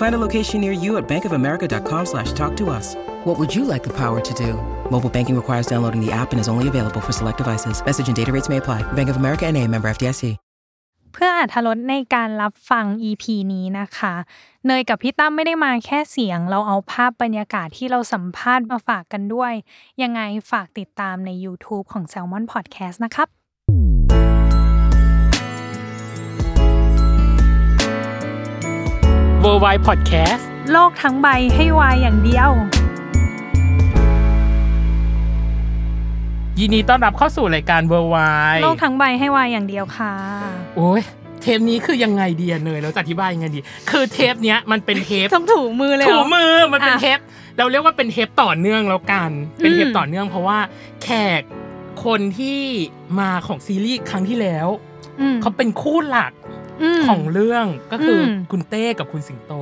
Find a location near you at bankofamerica.com slash talk to us. What would you like the power to do? Mobile banking requires downloading the app and is only available for select devices. Message and data rates may apply. Bank of America and a member FDIC. เพื่ออาธรสในการรับฟัง EP นี้นะคะ เนยกับพี่ตั้มไม่ได้มาแค่เสียง เราเอาภาพบรรยากาศที่เราสัมภาษณ์มาฝากกันด้วย ยังไงฝากติดตามใน YouTube ของ Salmon Podcast นะครับ w o r l d w i d e Podcast โลกทั้งใบให้วายอย่างเดียว ยินดีต้อนรับเข้าสู่รายการ w o r l d w i d e โลกทั้งใบให้วายอย่างเดียวค่ะ โอ้ยเทปนี้คือยังไงดีอะเนยเราจะอธิบายยังไงดี คือเทปเนี้ยมันเป็นเทป ต้องถูมือเลยเหร ถู อ มือมันเป็น อ่ะ เทป เราเรียกว่าเป็นเทปต่อเนื่องแล้วกัน เป็นเทป อืม ต่อเนื่องเพราะว่าแขกคนที่มาของซีรีส์ครั้งที่แล้ว ม เขาเป็นคู่หลัก ม ของเรื่องก็คืออ ม คุณเต้กับคุณสิงโต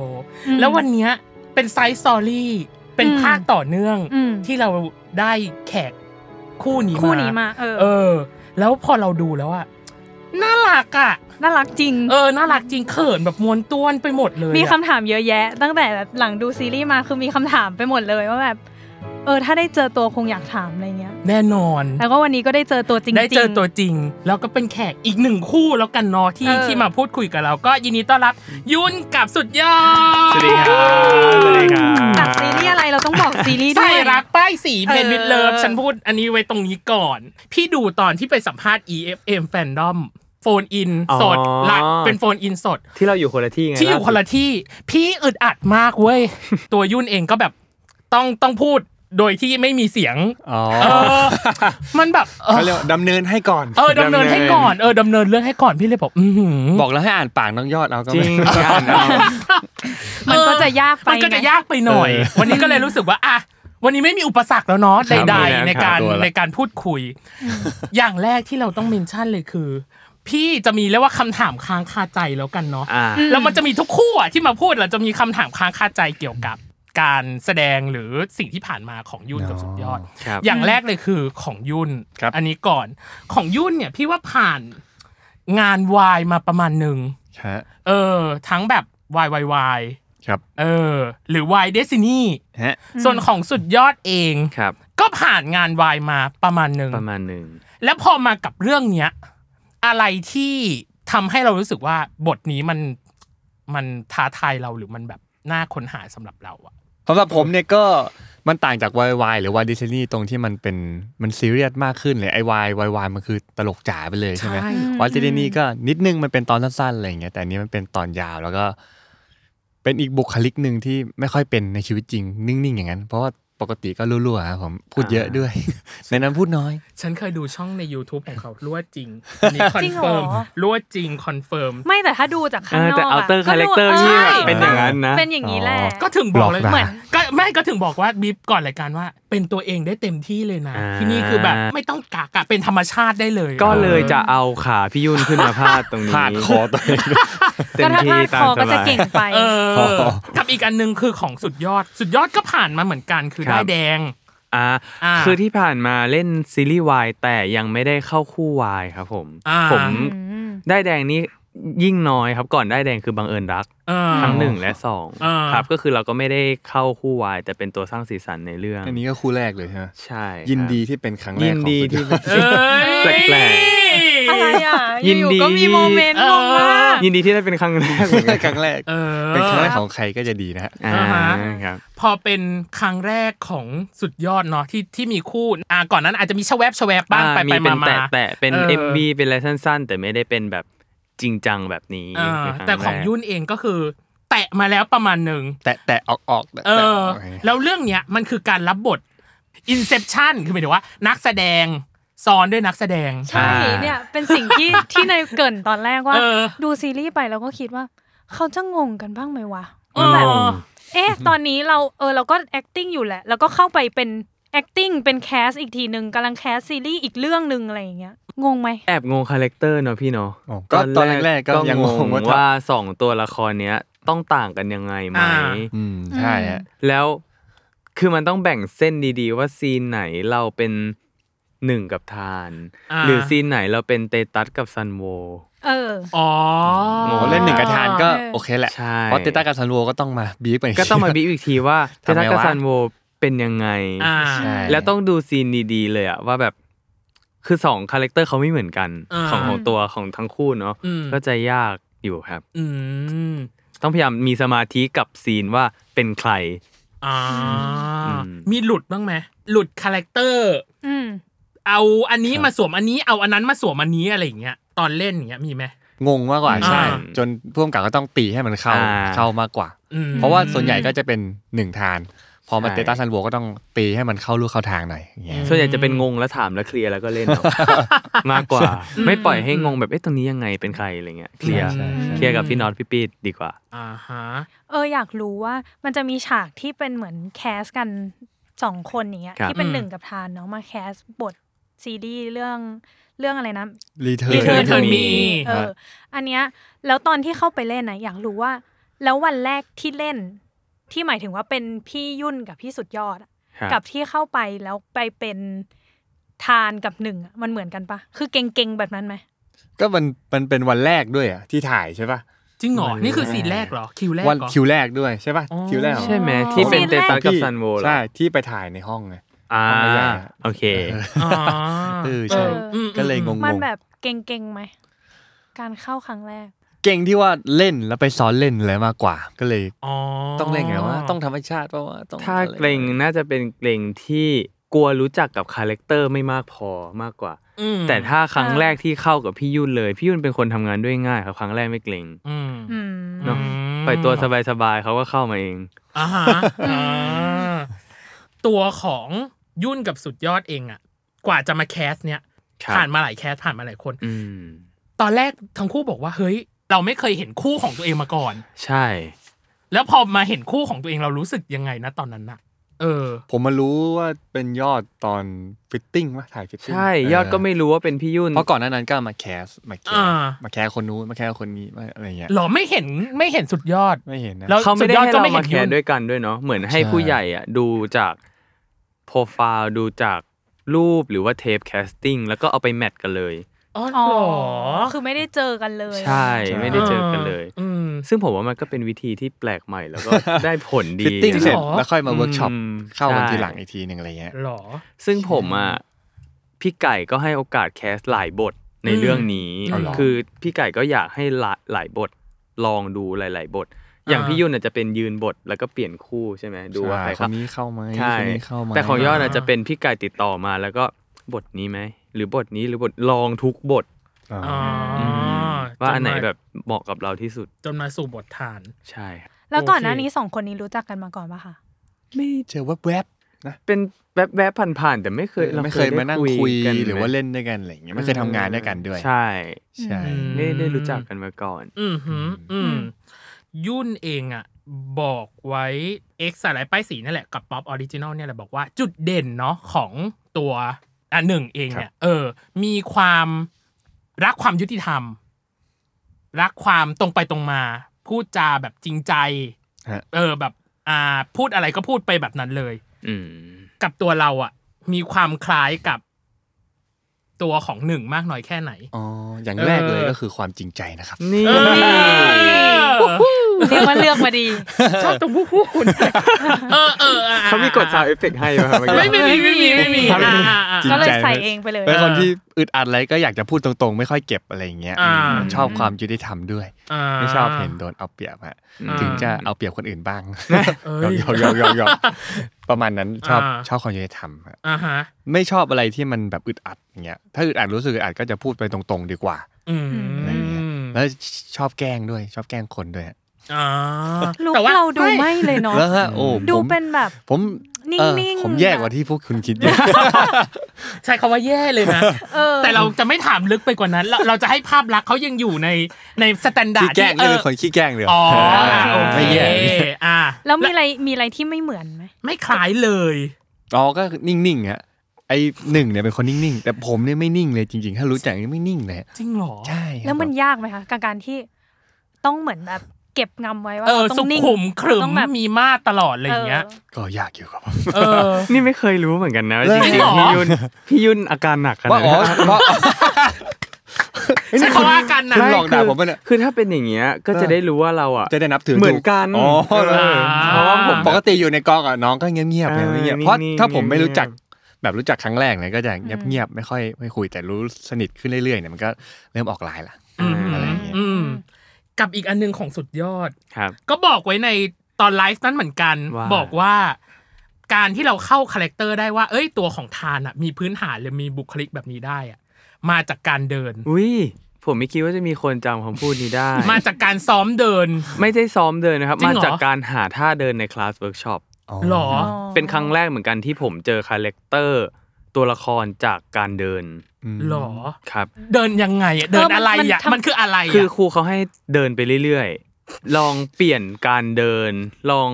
อืม แล้ววันเนี้ยเป็นไซส์สตอรี่เป็น อืม ภาคต่อเนื่อง อืม ที่เราได้แขกคู่นี้มา คู่นี้มาเออ เออ แล้วพอเราดูแล้วอะน่ารักอะ น่ารักจริง เออน่ารักจริงเขินแบบมวนต้วนไปหมดเลยอะ มีคำถามเยอะแยะ ตั้งแต่แบบหลังดูซีรีส์มาคือมีคำถามไปหมดเลยว่าแบบเออถ้าได้เจอตัวคงอยากถามอะไรเงี้ย แน่นอน แล้วก็วันนี้ก็ได้เจอตัวจริงๆ ได้เจอตัวจริง แล้วก็เป็นแขกอีกหนึ่งคู่แล้วกันเนาะที่ เออ ที่มาพูดคุยกับเรา ก็ยินดีต้อนรับยุนกับสุดยอด สวัสดีครับ สวัสดีครับ จากซีรีส์อะไรเราต้องบอกซีรีส์ด้ ใส่ วย รักป้ายสีเพน เออ วิดเลิฟฉันพูดอันนี้ไว้ตรงนี้ก่อน พี่ดูตอนที่ไปสัมภาษณ์ EFM Fandom โฟนอินสด อ๋อ หลักเป็นโฟนอินสด ที่เราอยู่คนละที่ไง ที่อยู่คนละที่พี่อึดอัดมากเว้ย ตัวยุ่นเองก็แบบต้องต้องพูดโดยที่ไม่มีเสียง อ๋อ เออ มันแบบเออ เขาเรียกว่าดำเนินให้ก่อน เออดำเนินให้ก่อนเออดำเนินเรื่องให้ก่อนพี่เลยบอกอือหือ บอกแล้วให้อ่านปากน้องยอดเอาก็ จริ ไม่ ง มันก็จะยากไป มันก็จะ ไง ยากไปหน่อย เออ วันนี้ก็เลยรู้สึกว่าอ่ะวันนี้ไม่มีอุปสรรคแล้วเนาะ ครับ ใด ไม่ๆมีนะ ในการ ครับตัวละ ในการพูดคุย อย่างแรกที่เราต้องเมนชั่นเลยคือ พี่จะมีเรียกว่าคำถามค้างคาใจแล้วกันเนาะ อ่า แล้วมันจะมีทุกคู่อ่ะที่มาพูดเราจะมีคำถามค้างคาใจเกี่ยวกับการแสดงหรือสิ่งที่ผ่านมาของยุ่นกับสุดยอด ครับ อย่างแรกเลยคือของยุ่น ครับ อันนี้ก่อนของยุ่นเนี่ยพี่ว่าผ่านงานวายมาประมาณหนึ่ง ฮะ เออ ทั้งแบบวายวายวาย ครับ เออ หรือวายเดซินี่ ฮะ ส่วนของสุดยอดเอง ครับ ก็ผ่านงานวายมาประมาณหนึ่ง ประมาณหนึ่ง แล้วพอมากับเรื่องเนี้ย อะไรที่ทำให้เรารู้สึกว่าบทนี้มันมันท้าทายเราหรือมันแบบน่าค้นหาสำหรับเราอะ สำหรับผมเนี่ยก็มันต่างจากวายวายหรือวายดิสนีย์ตรงที่มันเป็นมันซีเรียสมากขึ้นเลยไอวายวายวายมันคือตลกจ๋าไปเลยใช่ไหม ใช่ วายดิสนีย์ก็นิดนึงมันเป็นตอนสั้นๆอะไรอย่างเงี้ยแต่อันนี้มันเป็นตอนยาวแล้วก็ เป็นอีกบุคลิกหนึ่งที่ไม่ค่อยเป็นในชีวิตจริง นิ่งๆอย่างนั้น เพราะว่าปกติก็รั่วๆครับผมพูดเยอะด้วย ในนั้นพูดน้อย ฉันเคยดูช่องใน YouTube ของเขารั่วจริงอันนี้คอ จริ น งเหรอ เฟิร์มรั่วจริงคอนเฟิร์ม ไม่แต่ถ้าดูจากข้างนอก เออแต่ outer character ที่แบบ ใช่ เป็นอย่างนั้นนะ เป็นอย่างนี้แหละ ก็ถึงบอกเลย หลอกด่า เหมือนก็ไม่ก็ถึงบอกว่าบีบก่อนรายการว่า เป็นตัวเองได้เต็มที่เลยนะ อ่า ที่นี่คือแบบไม่ต้องกักอะเป็นธรรมชาติได้เลย ก็เลยจะเอาขาพี่ยุ่นขึ้นมาพาดตรงนี้ พาดคอตัวเอง เต็ ก็ ม ถ้าพ ที่ ลาด ตา ค ม อ ส ก็จะ บาย เก่งไป เออ อ๋อ กับอีกอันหนึงคือของสุดยอดสุดยอดก็ผ่านมาเหมือนกันคือได้ายแดง อ่า อ่า คือที่ผ่านมาเล่นซีรีส์วายแต่ยังไม่ได้เข้าคู่วายครับผม อ่า ผมได้แดงนี้ยิ่งน้อยครับก่อนได้แดงคือบังเอิญรัก เออ ทั้งหนึ่งและสอง อ่า ครับก็คือเราก็ไม่ได้เข้าคู่วายแต่เป็นตัวสร้างสีสันในเรื่อง อันนี้ก็คู่แรกเลยใช่ไหม ใช่ครับ ยินดีที่เป็นครั้งแรก ยิน ของ ดี สุ ที่ ยอ เป็น เอ้ย แปลก อะไรอ่ะ ยินดี อก็มีโมเมนต์งงมาก ยินดีที่ได้เป็นครั้งแรกเหมือนกัน ครั้งแรก เออ เป็นครั้งแรกของใครก็จะดีนะฮะ อ่า อ่าฮะ ครับ พอเป็นครั้งแรกของสุดยอดเนาะที่ที่มีคู่อ่าก่อนนั้นอาจจะมีชะแวบชะแวบบ้าง อ่ ไปไป มีเป็น มามา แตะแตะเป็น เออ MV เป็นอะไรสั้น ๆ แต่ไม่ได้เป็นแบบจริงจังแบบนี้ อ่า เป็นครั้ แต่ของ แรก ยุ่นเองก็คือ แตะมาแล้วประมาณหนึ่ง แตะแตะออกออกแตะ เอ แตะ อ ออกอย่างเงี้ย แล้วเรื่องเนี้ยมันคือการรับบท Inception คือหมายถึงว่า นักแสดงซ้อนด้วยนักแสดง ใช่เนี่ยเป็นสิ่งที่ที่ในยเกรินตอนแรกว่า เออ ดูซีรีส์ไปแล้วก็คิดว่า เขาจะงงกันบ้างไหมวะ เอ ว่าแบบ อ เอ๊ะ ตอนนี้เราเออเราก็ acting อยู่แหละ แล้วก็เข้าไปเป็น acting เป็นแคสอีกทีหนึ่งกำลังแคสซีรีส์อีกเรื่องหนึ่งอะไรอย่างเงี้ย งงไหม แอบงงคาแรคเตอร์เนาะพี่เนาะ โอ้ก็ตอนแรกๆก็ยังงงว่า ว่าสองตัวละครเนี้ยต้องต่างกันยังไงไหม อ่า อืมใช่ฮะ แล้วคือมันต้องแบ่งเส้นดีๆ ว่าซีนไหนเราเป็นหนึ่งกับทาน อ่า หรือซีนไหนเราเป็นเตตัสกับซันโว เออ อ๋อ โอ้ โอ้เล่นหนึ่งกระทานก็ เออ โอเคแหละ ใช่ เพราะเตต้ากับซันโวก็ต้องมาบีบไป ก็ต้องมาบิ๊กอีกทีว่าเต ทำไมวะ ตัสกับซันโวเป็นยังไง อ่า ใช่ แล้วต้องดูซีนดีๆ เลยอะว่าแบบคือสองคาแรคเตอร์เขาไม่เหมือนกัน อ่า ของของตัวของทั้งคู่เนาะ อืม ก็จะยากอยู่ครับ อืม ต้องพยายามมีสมาธิกับซีนว่าเป็นใคร อ่า อืม มีหลุดบ้างไหมหลุดคาแรคเตอร์ อืม เอาอันนี้มาสวมอันนี้เอาอันนั้นมาสวมอันนี้อะไรอย่างเงี้ยตอนเล่นอย่างเงี้ยมีไหม งงมากกว่า อ่า ใช่ จนพ่วงกับก็ต้องตีให้มันเข้า อ่า เข้ามากกว่า อืม เพราะว่าส่วนใหญ่ก็จะเป็นหนึ่งทาน พอมา ใช่ เตต้าซันโวก็ต้องตีให้มันเข้าลูกเข้าทางหน่อยอย่างเงี้ย อืม ส่วนใหญ่จะเป็นงงแล้วถามแล้วเคลียร์แล้วก็เล่น เอา มากกว่า ไม่ปล่อยให้งงแบบเอ๊ะตรงนี้ยังไงเป็นใครอะไรเงี้ยเคลียร์ ใช่ใช่ เคลียร์กับพี่น็อตพี่ปีดดีกว่า อ่าฮะ เอออยากรู้ว่ามันจะมีฉากที่เป็นเหมือนแคสกันสองคนอย่างเงี้ย ครับ ที่เป็น อืม หนึ่งกับทานเนาะมาแคสบทซีรีส์เรื่องเรื่องอะไรนะ รีเทิ Return ร์น to Me เออ อันเนี้ยแล้วตอนที่เข้าไปเล่นนะอยากรู้ว่า แล้ววันแรกที่เล่น ที่หมายถึงว่าเป็นพี่ยุ่นกับพี่สุดยอดอะ ครับ กับที่เข้าไปแล้วไปเป็นทานกับหนึ่งอะมันเหมือนกันปะคือเก่งๆแบบนั้นไหม ก็มันมันเป็นวันแรกด้วยอ่ะที่ถ่ายใช่ป่ะ จริงเหรอ นี่คือซีนแรกเหรอ คิวแรก วัน เหรอ คิวแรกด้วยใช่ป่ะ อ๋อ คิวแรกเหรอ ใช่ไหมที่เป็นเตตัสกับซันโวเหรอ ใช่ที่ไปถ่ายในห้องไง อ่า ใช่ โอเค อ๋อ เออใช่ อืม ก็เลยง มัน งๆ แบบเก่งๆไหมการเข้าครั้งแรก เก่งที่ว่าเล่นแล้วไปซ้อนเล่นอะไรมากกว่า ก็เลย อ๋อ ต้องเล่นไงว่าต้องธรรมชาติเพราะว่าต้อง ถ้า อะไร เกรงน่าจะเป็นเกรงที่กลัวรู้จักกับคาแรคเตอร์ไม่มากพอมากกว่า อืม แต่ถ้าครั้ง อ่า แรกที่เข้ากับพี่ยุ่นเลย พี่ยุ่นเป็นคนทำงานด้วยง่ายครับครั้งแรกไม่เกรง อืม อืม เนาะปล่อยตัวสบายๆเขาก็เข้ามาเอง อ่าฮะอ่าตัวของยุ่นกับสุดยอดเองอะกว่าจะมาแคสเนี่ย ครับ ผ่านมาหลายแคสผ่านมาหลายคน อืม ตอนแรกทั้งคู่บอกว่า เฮ้ย เราไม่เคยเห็นคู่ของตัวเองมาก่อน ใช่ แล้วพอมาเห็นคู่ของตัวเองเรารู้สึกยังไงนะตอนนั้นน่ะ เออ ผมมารู้ว่าเป็นยอดตอนฟิตติ้งว่าถ่ายฟิตติ้ง ใช่ยอดก็ไม่รู้ว่าเป็นพี่ยุ่น เพราะก่อนหน้านั้นก็มาแคสมาแคส อ่า มาแคสคนนู้นมาแคสคนนี้มาอะไรเงี้ย หรอไม่เห็นไม่เห็นสุดยอด ไม่เห็นนะ แล้ว เขาไม่ได้ สุดยอดก็ให้เรา ไม่เห็ มาน แค ยุ่ ร์ น ด้วยกันด้วยเนาะเหมือนให้ ใช่ ผู้ใหญ่อ่ะดูจากโปรไฟล์ดูจากรูปหรือว่าเทปแคสติ้งแล้วก็เอาไปแมทกันเลย อ๋อเหร อ๋อ อ คือไม่ได้เจอกันเลย ใช่ไม่ได้เจอกันเลย อืม ซึ่งผมว่ามันก็เป็นวิธีที่แปลกใหม่แล้ว ก็ ได้ผลดี ฟิตติ้งเสร็จ จริงเหรอ แล้วค่อยมาเวิร์กช็อป อืม เข้ากัน ใช่ ทีหลังอีกทีหนึ่งอะไรเงี้ย หรอ ซึ่งผมอ่ะพี่ไก่ก็ให้โอกาสแคสหลายบทใน อืม เรื่องนี้ เอาเหรอ คือพี่ไก่ก็อยากให้หลายหลายบทลองดูหลาย ๆ บท อย่าง อ่า พี่ยุ่นอาจจะเป็นยืนบทแล้วก็เปลี่ยนคู่ใช่ไหมดูว่าใคร ค เข้า นนี้เข้าไหม ใช่ คนนี้เข้าไหม แต่ของยอดอาจ อ่า จะเป็นพี่ไก่ติดต่อมาแล้วก็บทนี้ไหมหรือบทนี้หรือบทลองทุกบท อ่า อ๋อ ม จ ว่าอันไหน ม แบบเหมาะกับเราที่สุด จนมาสู่บทฐาน ใช่ครับ แล้วก่อนหน้า โอเค นี้สองคนนี้รู้จักกันมาก่อนปะคะ ไม่เจอแวบๆนะ เป็นแวบๆผ่านๆแต่ไม่เคยร ไม่เคยมานั่งคุยหรือว่า ไม เล่นด้วยกันอะไรเงี้ยไม่เคยทำงานด้วยกันด้วย ใช่ ใช่ อื ไม่ได้รู้จักกันมาก่อน อืมหืมอื อื ม ม ยุ่นเองอ่ะ บอกไว้ X สายไหลป้ายสีนั่นแหละกับป๊อปออริจินอลเนี่ยแหละบอกว่าจุดเด่นเนาะของตัวอ่ะหนึ่งเองเนี่ย เออ มีความรักความยุติธรรม รักความตรงไปตรงมา พูดจาแบบจริงใจ ฮะ เออแบบ อ่า พูดอะไรก็พูดไปแบบนั้นเลย อืม กับตัวเราอ่ะ มีความคล้ายกับตัวของหนึ่งมากน้อยแค่ไหน อ๋อ อย่าง เออ แรกเลยก็คือความจริงใจนะครับ นี่ เออ เรียกว่าเลือกมาดี ชอบตรงผู้พูดเออเอออ่ะ เขามีกดซาวเอฟเฟกให้ป่ะครับเมื่อ ไม่ กี้ ไม่มีไม่มีไม่มี ครับ อ่ะอ่ะอ่ะ จริง ก็เลย ใจ ใส่เองไปเลย เป็นคนที่อึดอัดอะไรก็อยากจะพูดตรงๆ ไม่ค่อยเก็บอะไรอย่างเงี้ย อ่า อืมชอบความยุติธรรมด้วย ไม่ชอบเห็นโดนเอาเปรียบฮะ อ่า ถึงจะเอาเปรียบคนอื่นบ้าง เอ้ ยอยมยอมยอมยอมยอมประมาณนั้นชอบ อ่า ชอบความยุติธรรมฮะ อ่าฮะ ไม่ชอบอะไรที่มันแบบอึดอัดอย่างเงี้ยถ้าอึดอัดรู้สึกอึดอัดก็จะพูดไปตรงๆ ดีกว่า อืม อะไรเงี้ย แล้วชอบแกล้งด้วย ชอบแกล้งคนด้วยฮะ อ่า ลุก แต่ว่ เราดูไม่เลยเนาะ แล้วฮะโอ้ ดู ผม เป็นแบบ ผม นิ่ เออง ๆ ผมแย่ แบบ กว่าที่พวกคุณคิดเยอะ ใช้คำว่าแย่เลยนะ เออ แต่เราจะไม่ถามลึกไปกว่านั้นเราเราจะให้ภาพลักษณ์เขายังอยู่ในในสแตนดาร์ ขี้ ด แกล้ง เออเรื่องคนขี้แกล้งเลย อ๋อโอเค ไม่แย่ อ่ะ แล้วมีอะไรมีอะไรที่ไม่เหมือนไหม ไม่คล้ายเลย อ๋อก็นิ่งๆฮะไอ้หนึ่งเนี่ยเป็นคนนิ่งๆ แต่ผมเนี่ยไม่นิ่งเลยจริงๆ ถ้ารู้จักนี่ไม่นิ่งเลย จริงเหรอ ใช่ครับ แล้วมันยากไหมคะกับการที่ต้องเหมือนแบบเก็บงำไว้ว่า เออ รา สุ ต้องนิ่ง ขุมขรึม ต้องแบบ มีมาตลอดอะไรอย่างเงี้ย ก็ยากอยู่ครับผม เออ นี่ไม่เคยรู้เหมือนกันนะจ จริงริง เหรอ ๆพี่ยุ่นพี่ยุ่นอาการหนักขนา ว่า ด อ๋อ นั้น เพราะ ใช่คำว่าอาการหนัก คุณหลอกด่าผมปะเนี่ย คือถ้าเป็นอย่างเงี้ยก็จะได้รู้ว่าเราอ่ะ จะได้นับถือ เหมือนกัน ถูอ๋อเออ เพราะว่าผม ปกติอยู่ในกองอ่ะน้องก็เงียบๆไงไม่เงียบ เออ เพราะ นิ่งๆ ถ้าผมไม่รู้ เงียบๆ จักแบบรู้จักครั้งแรกเนี่ยก็จะเงียบๆไม่ค่อยไม่คุยแต่รู้สนิทขึ้นเรื่อยๆเนี่ยมันก็เริ่มออกลายละ อืม อะไรอย่างเงี้ย อืมกับอีกอันหนึงของสุดยอด ครับ ก็บอกไว้ในตอนไลฟ์นั้นเหมือนกัน ว่า บอกว่า การที่เราเข้าคาแรคเตอร์ได้ว่า เอ้ยตัวของทานอะมีพื้นฐานหรือมีบุคลิกแบบนี้ได้อะมาจากการเดิน อุ้ยผมไม่คิดว่าจะมีคนจำคำพูดนี้ได้ มาจากการซ้อมเดิน ไม่ได้ซ้อมเดินนะครับ จริ มาง เหรอ จากการหาท่าเดินในคลาสเวิร์กช็อป หรอ อ๋อ เป็นครั้งแรกเหมือนกันที่ผมเจอคาแรคเตอร์ตัวละครจากการเดิน ม หรอ ครับ เดินยังไงอะเดินอะไรอะมันคืออะไรอะ คือครูเขาให้เดินไปเรื่อยๆ ลองเปลี่ยนการเดิน ลอง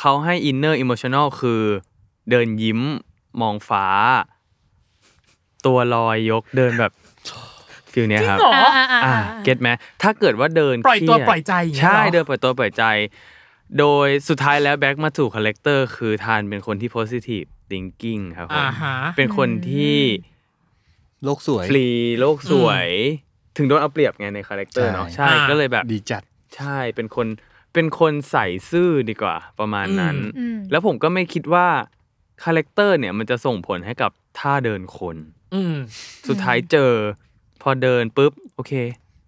เขาให้อินเนอร์อิม n ชัน l ลคือ เดินยิ้มมองฟ้า ตัวลอยยกเดิน แบบฟิลเนี้ยครับ จริงเหร อ่าอ่าอ่า อ่า อ่า เก็ตไหมถ้าเกิดว่าเดิน ปล่อยตัว เครีด ปล่อยใจอย่างเงี้ย ใช่ หรอ เดินปล่อยตัวปล่อยใจ โดยสุดท้ายแล้วแบ็กมาสู่คาแรคเตอร์คือทานเป็นคนที่ positive thinking ครับผม อ่าฮะ เป็นคนที่ โลกสวย ฟรีโลกสวย ถึงโดนเอาเปรียบไงในคาแรคเตอร์เนาะ ใช่ ใช่ อ่า ก็เลยแบบ ดีจัด ใช่เป็นคนเป็นคนใส่ซื่อดีกว่า ประมาณนั้น อืม แล้วผมก็ไม่คิดว่าคาแรคเตอร์เนี่ยมันจะส่งผลให้กับท่าเดินคน อืม สุดท้ายเจอ พอเดินปุ๊บ โอเค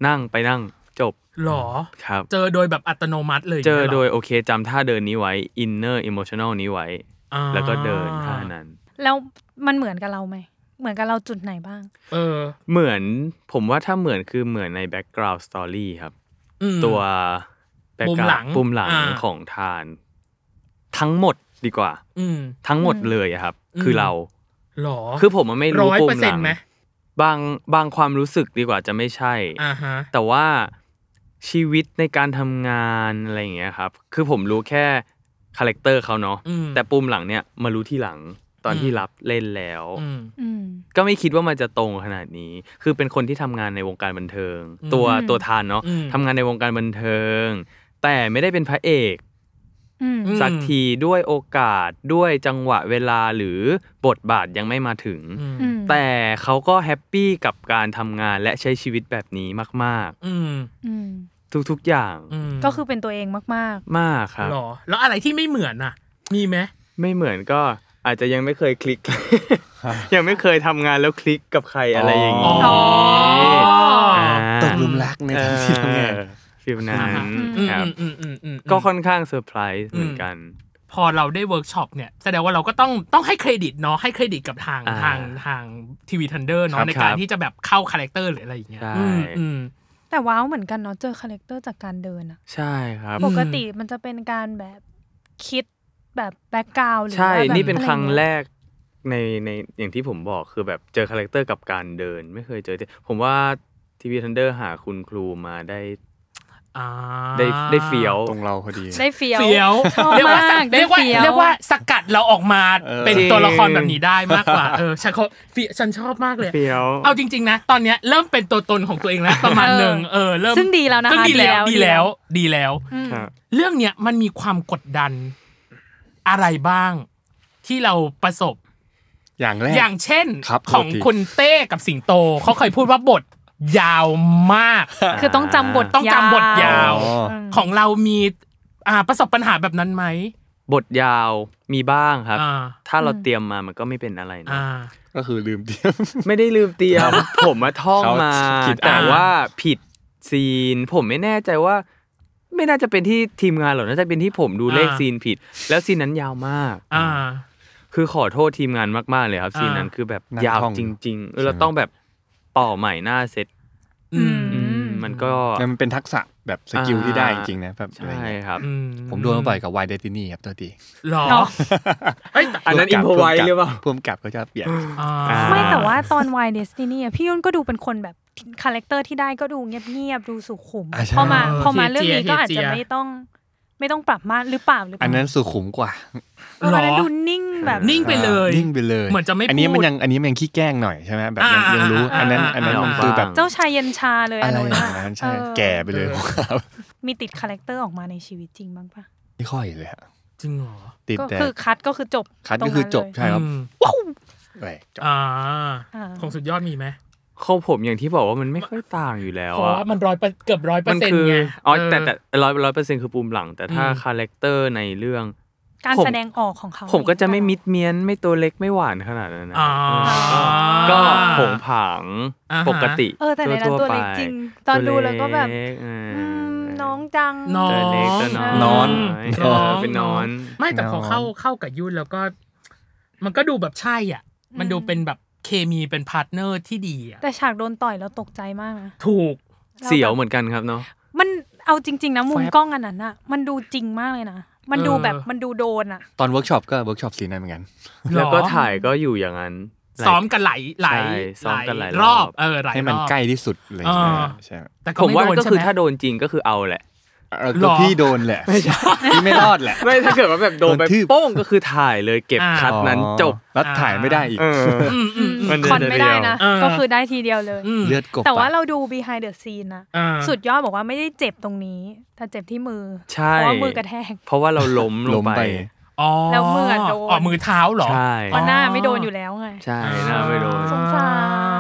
นั่งไปนั่งจบ หรอ ครับ เจอโดยแบบอัตโนมัติเลย เจาองงี้หร โดยโอเคจำท่าเดินนี้ไว้ inner emotional นี้ไว้ อ่า แล้วก็เดินท่านั้น แล้วมันเหมือนกับเราไหม เหมือนกับเราจุดไหนบ้าง เออ เหมือนผมว่าถ้าเหมือนคือเหมือนใน background story ครับ อืม ตัว ปุ่มหลัง ปุ่มหลัง อ่า ของทาน ทั้งหมดดีกว่า อืม ทั้งหมดเลยอะครับ อืม คือเรา หรอ คือผมอะไม่รู้ ร้อย ปุ่ เปอร์ ม เซ็ ห น ลั ต์ ง ไหม บางบางความรู้สึกดีกว่าจะไม่ใช่ อ่าฮะ แต่ว่าชีวิตในการทำงานอะไรอย่างเงี้ยครับ คือผมรู้แค่คาแรคเตอร์เขาเนาะ อืม แต่ปุ่มหลังเนี่ยมารู้ที่หลังตอน อืม ที่รับเล่นแล้ว อืม อืม ก็ไม่คิดว่ามันจะตรงขนาดนี้ คือเป็นคนที่ทำงานในวงการบันเทิง อืม ตัว อืม ตัวทานเนาะ อืม ทำงานในวงการบันเทิง แต่ไม่ได้เป็นพระเอก อืม สักทีด้วยโอกาสด้วยจังหวะเวลาหรือบทบาทยังไม่มาถึง อืม อืม แต่เขาก็แฮปปี้กับการทำงานและใช้ชีวิตแบบนี้มาก อืม อืม ๆ ทุกๆอย่าง อืม ก็คือเป็นตัวเองมาก มากครับ หรอ แล้วอะไรที่ไม่เหมือนอ่ะ มีไหม ไม่เหมือนก็อาจจะยังไม่เคยคลิก ยังไม่เคยทำงานแล้วคลิกกับใครอะไรอย่างนี้ อ๋ออ่ า ตกหลุมรักในทางที่ทำงาน เออฟิลนั้น อืม ครับ อืมอืมอืม ก็ค่อนข้างเซอร์ไพรส์เหมือนกัน พอเราได้เวิร์กช็อปเนี่ย แสดงว่าเราก็ต้องต้องให้เครดิตเนาะ ให้เครดิตกับทาง อ่า ทางทางทีวีทันเดอร์ ค เนาะ รับ ในการ ครับ ที่จะแบบเข้าคาแรคเตอร์หรืออะไรอย่างเงี้ย ใช่ อืมอืม ๆ แต่ว้าวเหมือนกันเนาะเจอคาแรคเตอร์จากการเดินอะ ใช่ครับ ปกติมันจะเป็นการแบบคิดแบบแบ็กกราวหรือ ใช่ ว่าแบบ นี่เป็นครั้ง อะไอย่า แร เย กในในอย่างที่ผมบอกคือแบบเจอคาแรคเตอร์กับการเดิน ไม่เคยเจอที่ผมว่าทีวีทันเดอร์หาคุณครูมาได้ อ่า ได้ได้เฟี้ยว ตรงเราพอดี ได้เฟี้ยว เฟี้ยว ชอบ เรียกว่า ากได้ เรียกว่า เฟี้ยว เรียกว่าสกัดเราออกมา เออ เป็น จริง ตัวละครแบบนี้ได้มากกว่า เออฉันเขาเฟี้ยฉันชอบมากเลย เฟี้ยว เอาจริง ๆ นะ ตอนเนี้ยเริ่มเป็นตัวตนของตัวเองแล้ว ประมาณหนึ่งเออเริ่ม ซึ่งดีแล้วนะคะ ซึ่งดีแล้ว ดี ดี แล้ แล้ว วดีแล้ว อืม ครับ เรื่องเนี้ยมันมีความกดดันอะไรบ้าง ที่เราประสบ อย่างแรก อย่างเช่น ครับ ของ โทษที คุณเต้กับสิงโตเขาเคยพูดว่าบท ยาวมาก คือต้องจำบท ต้องจำบทยาว อ๋อ อืม ของเรามีอ่าประสบปัญหาแบบนั้นไหม บทยาวมีบ้างครับ อ่า ถ้าเรา อืม เตรียมมามันก็ไม่เป็นอะไรนะ อ่า ก็คือลืมเตรียม ไม่ได้ลืมเตรียม ผมมาท่อง เขา มา คิดอ่าน แต่ว่าผิดซีน ผมไม่แน่ใจว่า ไม่น่าจะเป็นที่ทีมงานหรอกน่าจะเป็นที่ผมดูเลข อ่า ซีนผิด แล้วซีนนั้นยาวมาก อ่า คือขอโทษทีมงานมากๆเลยครับ อ่า ซีนนั้นคือแบบ นั่ง ยาว ท่อง จริง ๆ เออ ใช่ไหม เราต้องแบบต่อใหม่หน้าเซต อืม อื อืมมันก็ มันเป็นทักษะแบบสกิลที่ได้จริงๆนะแบบอะไร ใช่ เงี้ย ครับ อื ผมโดนมาบ่อยกับวายเดตินี่ครับตัวที หรอ เนอะ เอ้ยแต่ อันนั้นอินพอไวหรือเปล่า พ่วมกับเขาจะเปลี่ยน อ่า ไม่แต่ว่าตอน Why Destiny อะพี่ยุ่นก็ดูเป็นคนแบบคาแรคเตอร์ที่ได้ก็ดูเงียบๆดูสุขุม อ่ะใช่ พอมาพอมาเรื่องนี้ก็อาจจะไม่ต้อง ไม่ต้องปรับมากหรือเปล่าหรือเป อั ล่าน นั้นสุขุมกว่า เอออันนั้นดูนิ่งแบบ นิ่งไปเลย นิ่งไปเลย เหมือนจะไม่ อันนี้มัน พูด ยังอันนี้มันยังขี้แกล้งหน่อยใช่ไหมแบบยัง อ่ายั ยังรู้ อ่า อันนั้น อ่า อันนั้น อ่ามั มันคือแบบ เจ้าชายเย็นชาเลย อะไร น อ นั้ ย่าง น นั้ อะ นใช่ เออ แก่ไปเลยผมครับ มีติดคาแรคเตอร์ออกมาในชีวิตจริงบ้างปะ ไม่ค่อยเลยฮะ จริงเหรอ ติด ก็ แต่ คือคัดก็คือจบ คัด ตรง ก็ นั้น คือจบ เลย ใช่ครับ อืม แหวกจบ อ่า อ่า ของสุดยอดมีไหม ของผมอย่างที่บอกว่ามันไม่ค่อยต่างอยู่แล้ว เพราะ อะ ว่ามันร้อยเกือบร้อยเปอ มั ร์เซ็นต์ คือ ไง อ๋อ เ แต่แต่ร้อยร้อยเปอร์เซ็นต์คือปูมหลัง แต่ถ้า อืม คาแรคเตอร์ในเรื่อง การ ผม แสดงออกของเขา ผมก็จะไม่มิดเมียนไม่ตัวเล็กไม่หวานขนาดนั้นนะ อ่า ก็ผงผาง อ่าฮะ ปกติ เออแต่ในนั้นตัวเล็กจริง ตอนดูแล้วก็แบบอืมน้องจัง น้อง ตัวเล็กตัวน้อย นอน เออเป็นนอน ไม่แต่พอน อน เข้าเข้ากับยุ่นแล้วก็ มันก็ดูแบบใช่อ่ะ มันดูเป็นแบบเคมีเป็นพาร์ทเนอร์ที่ดีอ่ะ แต่ฉากโดนต่อยแล้วตกใจมากนะ ถูก เสียวเหมือนกันครับเนาะ มันเอาจริง ๆ นะมุม แฟบ กล้องอันนั้นอะมันดูจริงมากเลยนะ มันดูแบบ เออ มันดูโดนอะ ตอนเวิร์กช็อปก็เวิร์กช็อปสีนั้นเหมือนกัน แล้วก็ หรอ ถ่ายก็อยู่อย่างนั้น ซ้อมกันหลายหลาย ใช่ซ้อมกันหลาย ร ร อ อบ บ เออหลาย ให้มัน รอบ ใกล้ที่สุดอะไรอย่างเลย อ่า ใช่ไหม แต่ ผมว่า ไโด ก็คือ ใช่ไหม ถ้าโดนจริงก็คือเอาแหละ เออ ห ก็ รอ พี่โดนแหละพี่ไม่รอดแหละ ไม่ถ้าเกิดว่าแบบโดน ไปโดนทืบ โป้งก็คือถ่ายเลยเก็บ อ่า คัดนั้นจบ แล้วถ่ายไม่ได้อีก เออ อืมอืมอืม มัน คอนไม่ได้นะ เออ ก็คือได้ทีเดียวเลย อืม เลือดกบ แต่ว่า ปก เราดู behind the scene นะ อ่า สุดยอดบอกว่าไม่ได้เจ็บตรงนี้ แต่เจ็บที่มือ ใช่ เพราะว่ามือกระแทก เพราะว่าเราล้มล ล้ ง มไปไปอ๋อ แล้วมืออะโดน อ๋อมือเท้าเหรอ ใช่ เพราะหน้าไม่โดนอยู่แล้วไง ใช่หน้าไม่โดน สงสา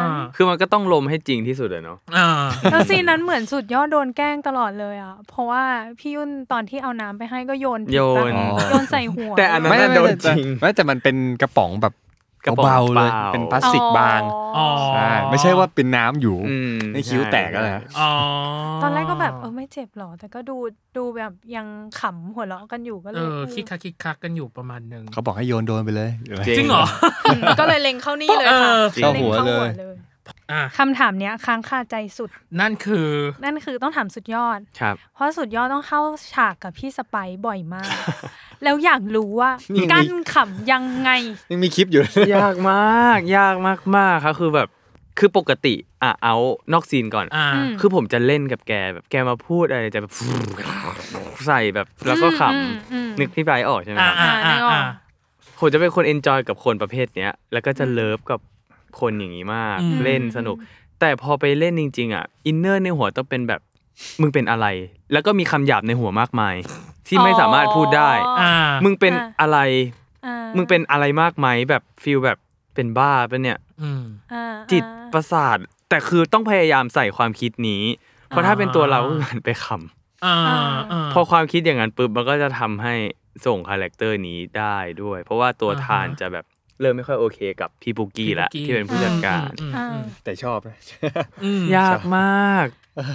ร คือมันก็ต้องลมให้จริงที่สุดอะเนาะ อ่า แล้วซีนนั้นเหมือนสุดยอดโดนแกล้งตลอดเลยอะเพราะว่าพี่ยุ่นตอนที่เอาน้ำไปให้ก็โยนผิดปะ โยน โยนใส่หัว แต่อันนั้น ไม่ น่ะ ไม่ โดน ไม่ จริง ไม่แต่มันเป็นกระป๋องแบบ กระป๋อง เบาๆเลย เปล่า เป็นพลาสติกบาง อ๋อ ใช่ไม่ใช่ว่าเป็นน้ำอยู่ อืม ในคิ้วแตกแล้วนะ อ๋อ ตอนแรกก็แบบเออไม่เจ็บหรอ แต่ก็ดูดูแบบยังขำหัวเราะกันอยู่ก็เล เอย อคิกคักคิกคักกันอยู่ประมาณหนึ่ง เขาบอกให้โยนโดนไปเลย จริงเหรอ อืมก็เลยเล็งเข้านี่เลยค่ะ เออ เล็ง เข้าหัวเลย อ่ะ คำถามเนี้ยค้างคาใจสุด นั่นคือ นั่นคือต้องถามสุดยอด ครับ เพราะสุดยอดต้องเข้าฉากกับพี่สไปซ์บ่อยมาก แล้วอยากรู้ว่า นี่ไง กั้นขำยังไง ยังมีคลิปอยู่เลย ยากมาก ยากมากมากๆครับคือแบบ คือปกติอ่ะเอานอกซีนก่อน อ่า ม คือผมจะเล่นกับแกแบบแกมาพูดอะไรจะแบบ ใส่แบบแล้วก็ข อืมอืม ำนึกพี่ไบร์ทออกใช่ไหม อ่า ครับ อ่าอ่าอ่า ผมจะเป็นคนเอนจอยกับคนประเภทเนี้ย แล้วก็จะเลิฟกับคนอย่างนี้มาก อืม เล่นสนุก แต่พอไปเล่นจริง ๆ อ่ะ อินเนอร์ในหัวต้องเป็นแบบ มึงเป็นอะไร แล้วก็มีคำหยาบในหัวมากมาย ที่ไม่สามารถพูดได้ อ๋อ อ่า มึงเป็น อ่า อะไร อ่า มึงเป็นอะไรมากไหมแบบฟิลแบบเป็นบ้าเป็นเนี่ย อืม อ่า จิตป อ่า ระสาท แต่คือต้องพยายามใส่ความคิดนี้ เพราะถ้าเป็นตัวเรา อ่า ก็หันไปข อ่าอ่า ำพอความคิดอย่างนั้นปุ๊บมันก็จะทำให้ส่งคาแรคเตอร์นี้ได้ด้วย เพราะว่าตัว อ่าฮะ ทานจะแบบเริ่มไม่ค่อยโอเคกับพี่ปุกกี้ละที่เป็นผู้จัดการ อืม อ่า อืม แต่ชอบนะ อืม ยากมาก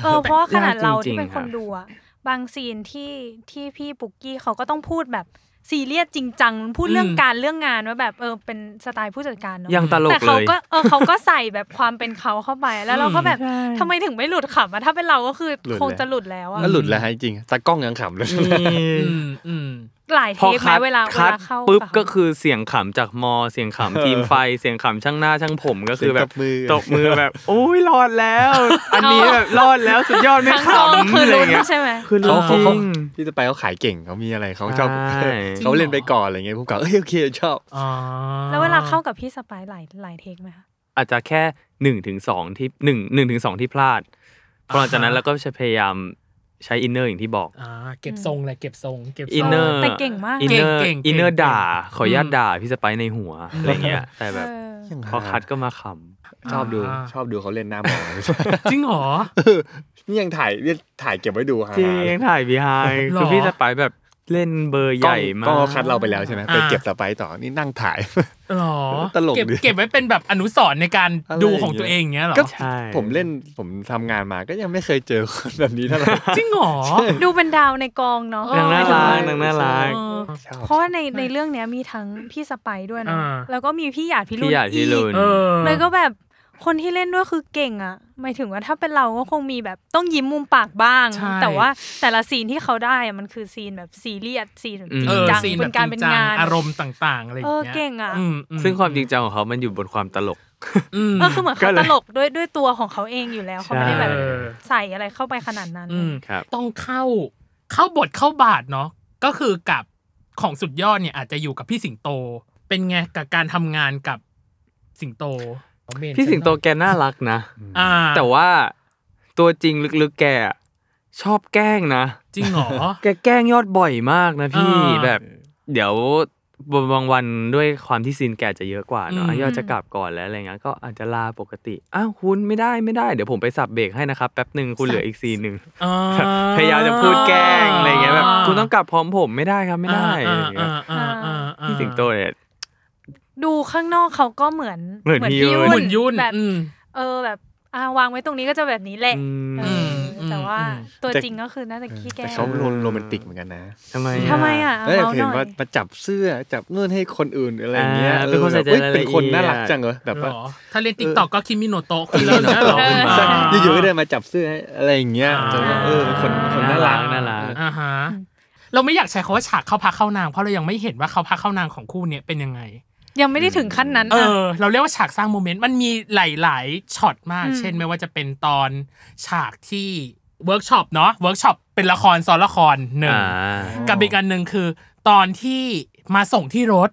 เอ อเพราะว่าขนาดเราที่เป็น ยากจริงคนๆครับ ดูอะบางซีนที่ที่พี่ปุกกี้เขาก็ต้องพูดแบบซีเรียสจริงจังพูดเรื่อง อืม การเรื่องงานว่าแบบเออเป็นสไตล์ผู้จัดการเนอะ ยังตลก แต่ เล เขา ย ก็เออเขาก็ใส่แบบความเป็นเขาเข้าไปแล้วเราก็แบบทำไมถึงไม่หลุดขำอะถ้าเป็นเราก็คือ หคลุดแล้วงจะหลุดแล้วอะ แล้วหลุดแล้วฮะจริงๆตากล้องยังขำเลย อืมอืม หลายเท พปอไหม คัด เวลาเว คัด ลาเข้า ปุ๊บ ะ ก็คือเสียงขำจากมอ เสียงขำทีมไฟ เสียงขำช่างหน้าช่างผมก็คือแบบ เสียง ต ต บบ มื มือ อ แบบ โอ้ยรอดแล้ว อันนี้แบบรอดแล้วสุดยอดไม่ ทั้งกองก็ ขำ คือ อะไร ลุ้น เงี้ย ใช่ไหม คือ เขา รู้จ เขา ริ เขา ง พี่จะไปเขาขายเก่งเขามีอะไรเขาชอบ ใช่ เขาเล่นไปก่อนอะไรเงี้ยผมก็เอ้ยโอเคชอบ อ๋อ แล้วเวลาเข้ากับพี่สไปายหลายหลายเทคไหมคะ อาจจะแค่หนึ่งถึงสองที่หนึ่งหนึ่งถึงสองที่พลาดเพราะหลังจากนั้นเราก็จะพยายามใช้อินเนอร์อย่างที่บอก อ่าเก็บทรงเลยเก็บทรงเก็บทรง อินเนอร์ แต่เก่งมาก อิน ก่ เน ง อร์ เก่งเก่ง อินเนอร์ เก่ง ด่า ขออนุญาต อืม ด่าพี่สไปซ์ในหัวอะไรเงี้ยแต่แบบ เออ ยัง พอ หา คัดก็มาข ชอบดู อ่า ชอบดูเขาเล่นหน้าหมอ จริงเหรอ เออนี่ยังถ่ายเนี่ยถ่ายเก็บไว้ดูฮะ ำจริงยังถ่ายบีไฮ หรอ คือพี่สไปแบบเล่นเบอร์ใหญ่มาก ก็คัดเราไปแล้วใช่ไหมไป อ่า เก็บสไปร์ต่อนี่นั่งถ่าย หรอ ตลก เก็บ ดิ เก็บไว้เป็นแบบอนุสรณ์ในการ อะไร ดูของ อย่างเงี้ย ตัวเองอย่างเงี้ยเหรอ ก็ ใช่ ผมเล่นผมทำงานมาก็ยังไม่เคยเจอคนแบบนี้เท่าไหร่ จริงเหรอ ดูเป็นดาวในกองเนาะ นางน่ารัก เออ นางน่ารัก ชอบ เพราะว่าในในเรื่องเนี้ยมีทั้งพี่สไปร์ด้วยเนาะ อ่า แล้วก็มีพี่หยาดพี่รุ่น พี่หยาดพี่รุ่น อีก เออ เลยก็แบบคนที่เล่นด้วยคือเก่งอะหมายถึงว่าถ้าเป็นเราก็คงมีแบบต้องยิ้มมุมปากบ้าง ใช่ แต่ว่าแต่ละซีนที่เขาได้อะมันคือซีนแบบซีเรียสซีนแบบจริ เอง อ จัง ซีนแบ เป็ บ นการ จริ เป็ ง น จัง งาน อารมณ์ต่างๆอะไรอย่างเงี้ย เออเก่งอะ มม ซึ่งความจริงจังของเขามันอยู่บนความตลก อืม เออคือเหมือน ก็ เขา เลย ตลกด้วยด้วยตัวของเขาเองอยู่แล้วเขาไม่ได้แบบ เออ ใส่อะไรเข้าไปขนาดนั้น อืม ครับ ต้องเข้าเข้าบทเข้าบาทเนาะก็คือกับของสุดยอดเนี่ยอาจจะอยู่กับพี่สิงโต เป็นไงกับการทำงานกับสิงโต พี่สิงโตแกน่ารักนะ อ่า แต่ว่าตัวจริงลึกๆแกอะชอบแกล้งนะ จริงเหรอ แกแกล้งยอดบ่อยมากนะพี่ อ่า แบบ เดี๋ยวบางวันด้วยความที่ซีนแกจะเยอะกว่าเนาะ อืม ยอดจะกลับก่อนแล้วอะไรเงี้ยก็อาจจะลาปกติอ้าวคุณไม่ได้ไม่ได้เดี๋ยวผมไปสับเบรกให้นะครับแป๊บหนึ่งคุณเหลืออีกซีนหนึ่ง อ่า พยายามจะพูดแกล้งอะไรเงี้ยแบบคุณต้องกลับพร้อมผมไม่ได้ครับไม่ได้ อ่า อะไรเงี้ย อ่าอ่าอ่าอ่า พี่สิงโตเนี่ย ดูข้างนอกเขาก็เหมือน เหมือนพี่ยุ่น เหมือนยุ่น แบบ อืม เออแบบอ่าวางไว้ตรงนี้ก็จะแบบนี้แหละ อืม เอออ ม แต่ว่า อืม ตัว แต่ จริงก็คือน่าจะขี้แกล้ แต่ ง เขาโรแมนติกเหมือนกันนะ ทำไม ทำไมอ่ะ เอ้ย เมาห เห็น น่อ ว่าย มาจับเสื้อจับนู่นให้คนอื่นอะไรอย่างเงี้ย อ่าเป็นคนใส่ใจ ออแบบ รายเอ้ยละเอียดเป็นคนน่ารักจังเลยแบบ เหร ว่า อถ้าเล่นติ๊กต็อกก็คิมิโนโตะคุณแล้วนะเหรอ ใช่ อ่า อยู่ๆก็เดินมาจับเสื้ออะไรอย่างเงี้ย อ่า แต่ว่าเออเป็นคนเป็นคนน่ารัก น่ารัก อ่าฮะเราไม่อยากใช้คำว่าฉากเข้าพักเข้านางเพราะเรายังไม่เห็นว่าเขาพักเข้านางของคู่เนี้ยเป็นยังไง ยังไม่ได้ถึงขั้นนั้น เอ นะ อ เราเรียกว่าฉากสร้างโมเมนต์มันมีหลาย ๆช็อตมาก เช่นไม่ว่าจะเป็นตอนฉากที่เวิร์กช็อปเนาะเวิร์กช็อปเป็นละครซ้อนละครหนึ่ง อ่า กับอีกอันหนึ่งคือ ตอนที่มาส่งที่รถ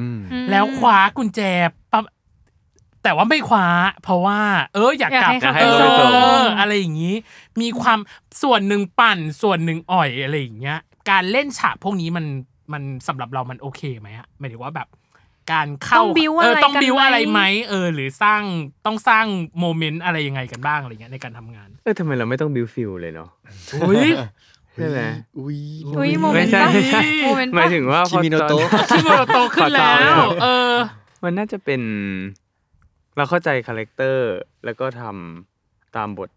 อืม ม แล้วคว้ากุญแจปั๊บแต่ว่าไม่คว้า เพราะว่า เอออยากกลับ อยากให้เขาเอจะให้โดยตรง ออะไรอย่างนี้ มีความส่วนหนึ่งปั่นส่วนหนึ่งอ่อยอะไรอย่างเงี้ย การเล่นฉากพวกนี้มันมันสำหรับเรามันโอเคไหมอะหมายถึงว่าแบบ การต้เข้าอง build อะไร เออต้อง กัน บิว ไหม อะไรไหมเออ หรือสร้างต้องสร้างโมเมนต์อะไรยังไงกันบ้างอะไรเงี้ยในการทำงาน เออทำไมเราไม่ต้องบิวฟิลเลยเนาะ อุ้ย ใช่ไหม อุ้ย อุ้ยโมเมนต์ ไม่ ปะ ใช่ โมเมนต์ หมา ปะ ยถึงว่าพอ คิมิโนโตะ ตอ ที่มันโตขึ้นแล้ว เออ มันน่าจะเป็น เราเข้าใจคาแรคเตอร์ แล้วก็ทำตามบท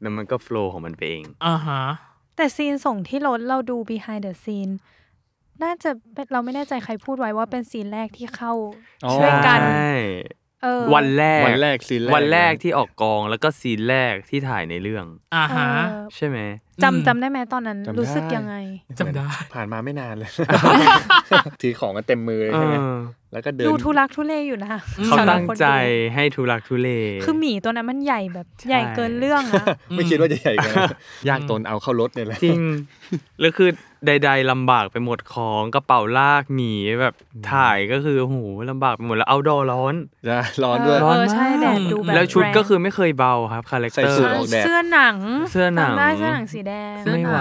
แล้วมันก็โฟลว์ของมันไปเอง อ่าฮะ แต่ซีนส่งที่รถเราดู behind the scene น่าจะเป็นเราไม่แน่ใจใครพูดไว้ว่าเป็นซีนแรกที่เข้า อ๋อ ช่วยกัน ใช่ เออ วันแรก วันแรกซีนแรก วันแรกที่ออกกองแล้วก็ซีนแรกที่ถ่ายในเรื่อง อ่าฮะ เออ ใช่ไหม จำจำได้ไหมตอนนั้น จำได้ รู้สึกยังไง จำได้ ผ่านมาไม่นานเลย ถือของกันเต็มมือเลย เอ ใช่ไหม อ แล้วก็เดิน ดูทุลักทุเลอยู่นะ เขา สำหรับ ตั้ง คนดู ใจให้ทุลักทุเล คือหมีตัวนั้นมันใหญ่แบบ ใช่ ใหญ่เกินเรื่องอะ ไม่คิดว่าจะใหญ่ขนาดนั้นยากตนเอาเข้ารถเนี่ยแหละ จริง แล้วคือใด ๆลำบากไปหมดของกระเป๋าลากหนีแบบถ่ายก็คือโอ้โหลำบากไปหมดแล้วเอาดอร้อน จะ ร้อนด้วย ร้อน เออใช่แดดดูแบบ แล้วชุด รง ก็คือไม่เคยเบาครับคาแรคเตอร์ ใส่สูทออก แดด เสื้อหนัง เสื้อหนัง จำได้เสื้อหนังสีแดง เสื้อ ไม่ นัง ไหว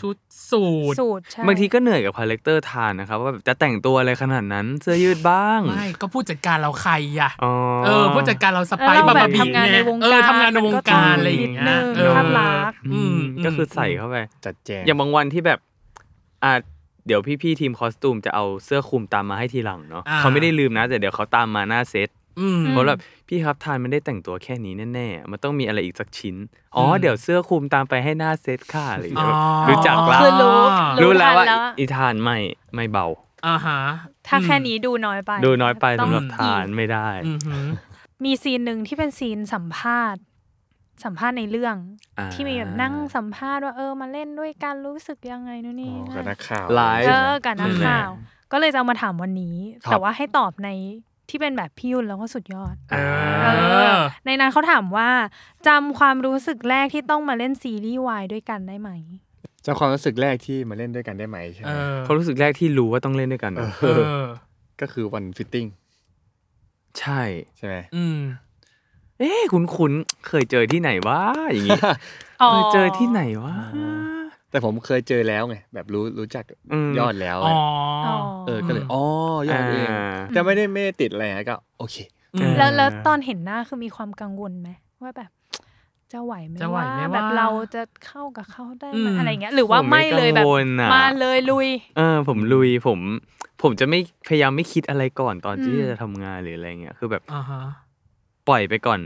ชุดสูท สูตรใช่ บางทีก็เหนื่อยกับคาแรคเตอร์ทานนะครับ ว่าแบบจะแต่งตัวอะไรขนาดนั้น เสื้อยืดบ้าง ไม่ก็ผู้จัดการเราใครอ่ะ อ๋อ เออผู้จัดการเราส แล้ว ไปาย เราแบบบาา บ บี ทำงานในวง เอ การ อทำงานในวงการอะไรอย่างเงี้ย มันก็ เอ ต้ อ ภาพลักษณ์ อืมก็คือใส่เข้าไป จัดแจง อย่างบางวันที่แบบอ่ะเดี๋ยวพี่ๆทีมคอสตูมจะเอาเสื้อคลุมตามมาให้ทีหลังเนาะ อ่า เขาไม่ได้ลืมนะ แต่เดี๋ยวเขาตามมาหน้าเซต อืม เพราะแบบพี่ครับทานไม่ได้แต่งตัวแค่นี้แน่ๆมันต้องมีอะไรอีกสักชิ้นอ๋ออ ม เดี๋ยวเสื้อคลุมตามไปให้หน้าเซตค่ะอะไรอย่าง อ๋อ เงี้ยแบบรู้จักละ คือรู้ รู้แล้วว่า ทัน อีทานไม่ไม่เบา อ่าฮะ ถ้าแค่นี้ดูน้อยไป ดูน้อยไป ต้ง สำหรับ มี ทานไม่ได้ อืมฮึ มีซีนหนึ่งที่เป็นซีนสัมภาษณ์ สัมภาษณ์ในเรื่อง อ่า ที่มีแบบนั่งสัมภาษณ์ว่าเออมาเล่นด้วยกันรู้สึกยังไงนู่น อ๋ นี่ อ นั่น กับนักข่าว ไลฟ์ เออกับนักข่าว ก็เลยจะเอามาถามวันนี้ ครับ แต่ว่าให้ตอบในที่เป็นแบบพี่ยุ่นแล้วก็สุดยอด เอ เอ อ อ ในนั้นเขาถามว่าจำความรู้สึกแรกที่ต้องมาเล่นซีรีส์วายด้วยกันได้ไหม เจ้าความรู้สึกแรกที่มาเล่นด้วยกันได้ไหมใช่ไห เอ ม อ เขารู้สึกแรกที่รู้ว่าต้องเล่นด้วยกัน เอ นะ เอ อ อ ก็คือวันฟิตติ้ง ใช่ ใช่ไหม อืม เอ๊ะคุณคุณเคยเจอที่ไหนวะอย่างงี้ อ๋อ เคยเจอที่ไหนวะ แต่ผมเคยเจอแล้วไงแบบรู้รู้จัก อืม ยอดแล้ว อ๋อ อ๋อ เออก็เลย อืม อ๋อยอดเอง อ่า แต่ไม่ได้ไม่ได้ติดอะไรนะก็โอเค อืม แล้วแล้วตอนเห็นหน้าคือมีความกังวลไหมว่าแบบ จะไหวไหม จะไหว ว่า ไหมวะ แบบเราจะเข้ากับเขาได้ อื ไหม ม อะไรเงี้ย หรือว่าไม่เลยแบบ ผมไม่กังวลอะ มาเลยลุย เออผมลุยผม ผมจะไม่พยายามไม่คิดอะไรก่อนตอนที่ อืม จะทำงานหรืออะไรเงี้ยคือแบบ อ่าฮะ ปล่อยไปก่อน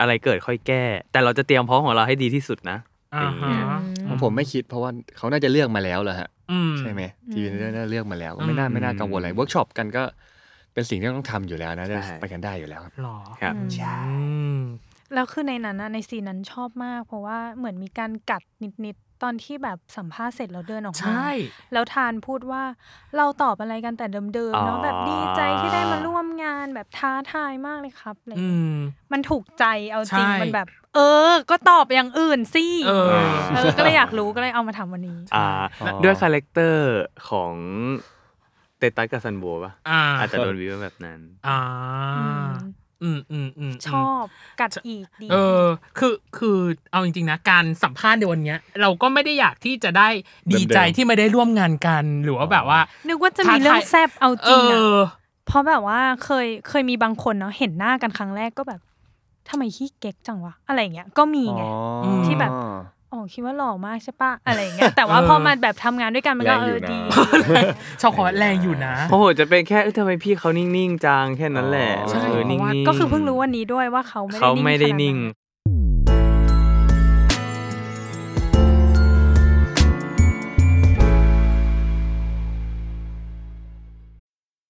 อะไรเกิดค่อยแก้ แต่เราจะเตรียมพร้อมของเราให้ดีที่สุดนะ อ่าฮะ ของผมไม่คิดเพราะว่าเขาน่าจะเลือกมาแล้วเหรอฮะ อืม ใช่ไหม อืม ทีวีเน่าเลือกมาแล้วก็ไม่น่า อืม ไม่น่ากังวลอะไรเวิร์กช็อปกันก็เป็นสิ่งที่ต้องทำอยู่แล้วนะ ใช่ ไปกันได้อยู่แล้วครับ หรอ ครับ อืม ใช่ อืม แล้วคือในนั้นนะในซีนนั้นชอบมาก เพราะว่าเหมือนมีการกัดนิดๆตอนที่แบบสัมภาษณ์เสร็จแล้วเดินออกมา ใช่ แล้วทานพูดว่าเราตอบอะไรกันแต่เดิมๆเนาะ อ๋อ แบบดีใจที่ได้มาร่วมงานแบบท้าทายมากเลยครับอะไร อื เงี้ย ม มันถูกใจเอาจริง ใช่ มันแบบ เออ ก็ตอบอย่างอื่นสิ เออ เออก็เลยอยากรู้ก็เลยเอามาทำวันนี้ อ่า อ๋อ ด้วยคาแรคเตอร์ของเตตัสกับซันโบปะ อ่า อาจจะโดนวิวแบบนั้น อ่า ม อืมอืมอืม ชอบกัดอีกดี เออ คือคือเอาจริงๆนะ การสัมภาษณ์ในวันเนี้ย เราก็ไม่ได้อยากที่จะได้ดีใจที่ไม่ได้ร่วมงานกัน หรือว่าแบบว่า นึกว่าจะมีเรื่องแซบเอาจ เอ ริงอะ อ เพราะแบบว่าเคยเคยมีบางคนเนาะเห็นหน้ากันครั้งแรกก็แบบทำไมขี้เก๊กจังวะอะไรอย่างเงี้ยก็มีไง อืม ที่แบบ อ๋อคิดว่าหล่อมากใช่ปะอะไรอย่างเงี้ยแต่ว่าพอมาแบบทำงานด้วยกันมันก็ แรง เอ อยู่ อ นะ ดี ชาวขอ แรงอยู่นะ โอ้โห จะเป็นแค่เอ้ยทำไมพี่เขานิ่ง ๆจังแค่นั้นแหละ อ๋อ ใช่ เออ เพ นิ่ ราะ ง ว่า ๆ ก็คือเพิ่งรู้วันนี้ด้วยว่าเขา เขาไม่ ไม่ ได้ ได้นิ่ นิ่ ง ง ขนาดนั้น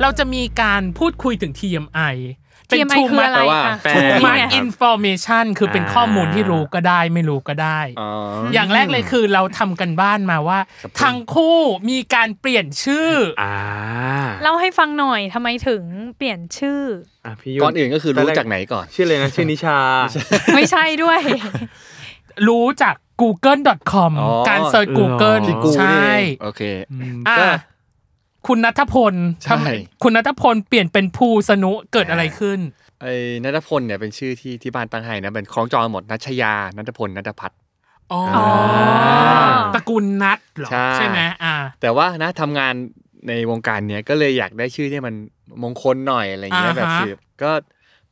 เราจะมีการพูดคุยถึง TMI เป็น TMI too คือ much อะไร แต่ว่า คะ แปล too นี่ much ไง information คือเป็นข้อมูลที่รู้ก็ได้ไม่รู้ก็ได้ อ๋อ อย่างแรกเลยคือเราทำกันบ้านมาว่า ทั้งคู่มีการเปลี่ยนชื่ออ อ่า เล่าให้ฟังหน่อยทำไมถึงเปลี่ยนชื่อ ะพี่ยุ่ ก่อนอื่นก็คือรู้จากไหนก่อน ชื่อเลยนะ ชื่อนิชา ไม่ใช่ด้วย รู้จาก google.com อ๋อ การเซิร์ช Google พี่กูนี่ใช่ เองโอเค อ่ะ ก็ คุณนัทพล ใช่ ทำไมคุณนัทพลเปลี่ยนเป็นภูสนุเกิดอะไรขึ้น ไอ้นัทพลเนี่ยเป็นชื่อที่ที่บ้านตั้งให้นะเป็นคล้องจองหมดนัชยานัทพลนัทพัฒน์ อ๋อ อ๋อ ตระกูลนัทเหรอ ใช่ ใช่ไหมอ่า แต่ว่านะทำงานในวงการเนี้ยก็เลยอยากได้ชื่อที่มันมงคลหน่อยอะไรอย่างเงี้ย อ่าฮะ แบบสืบก็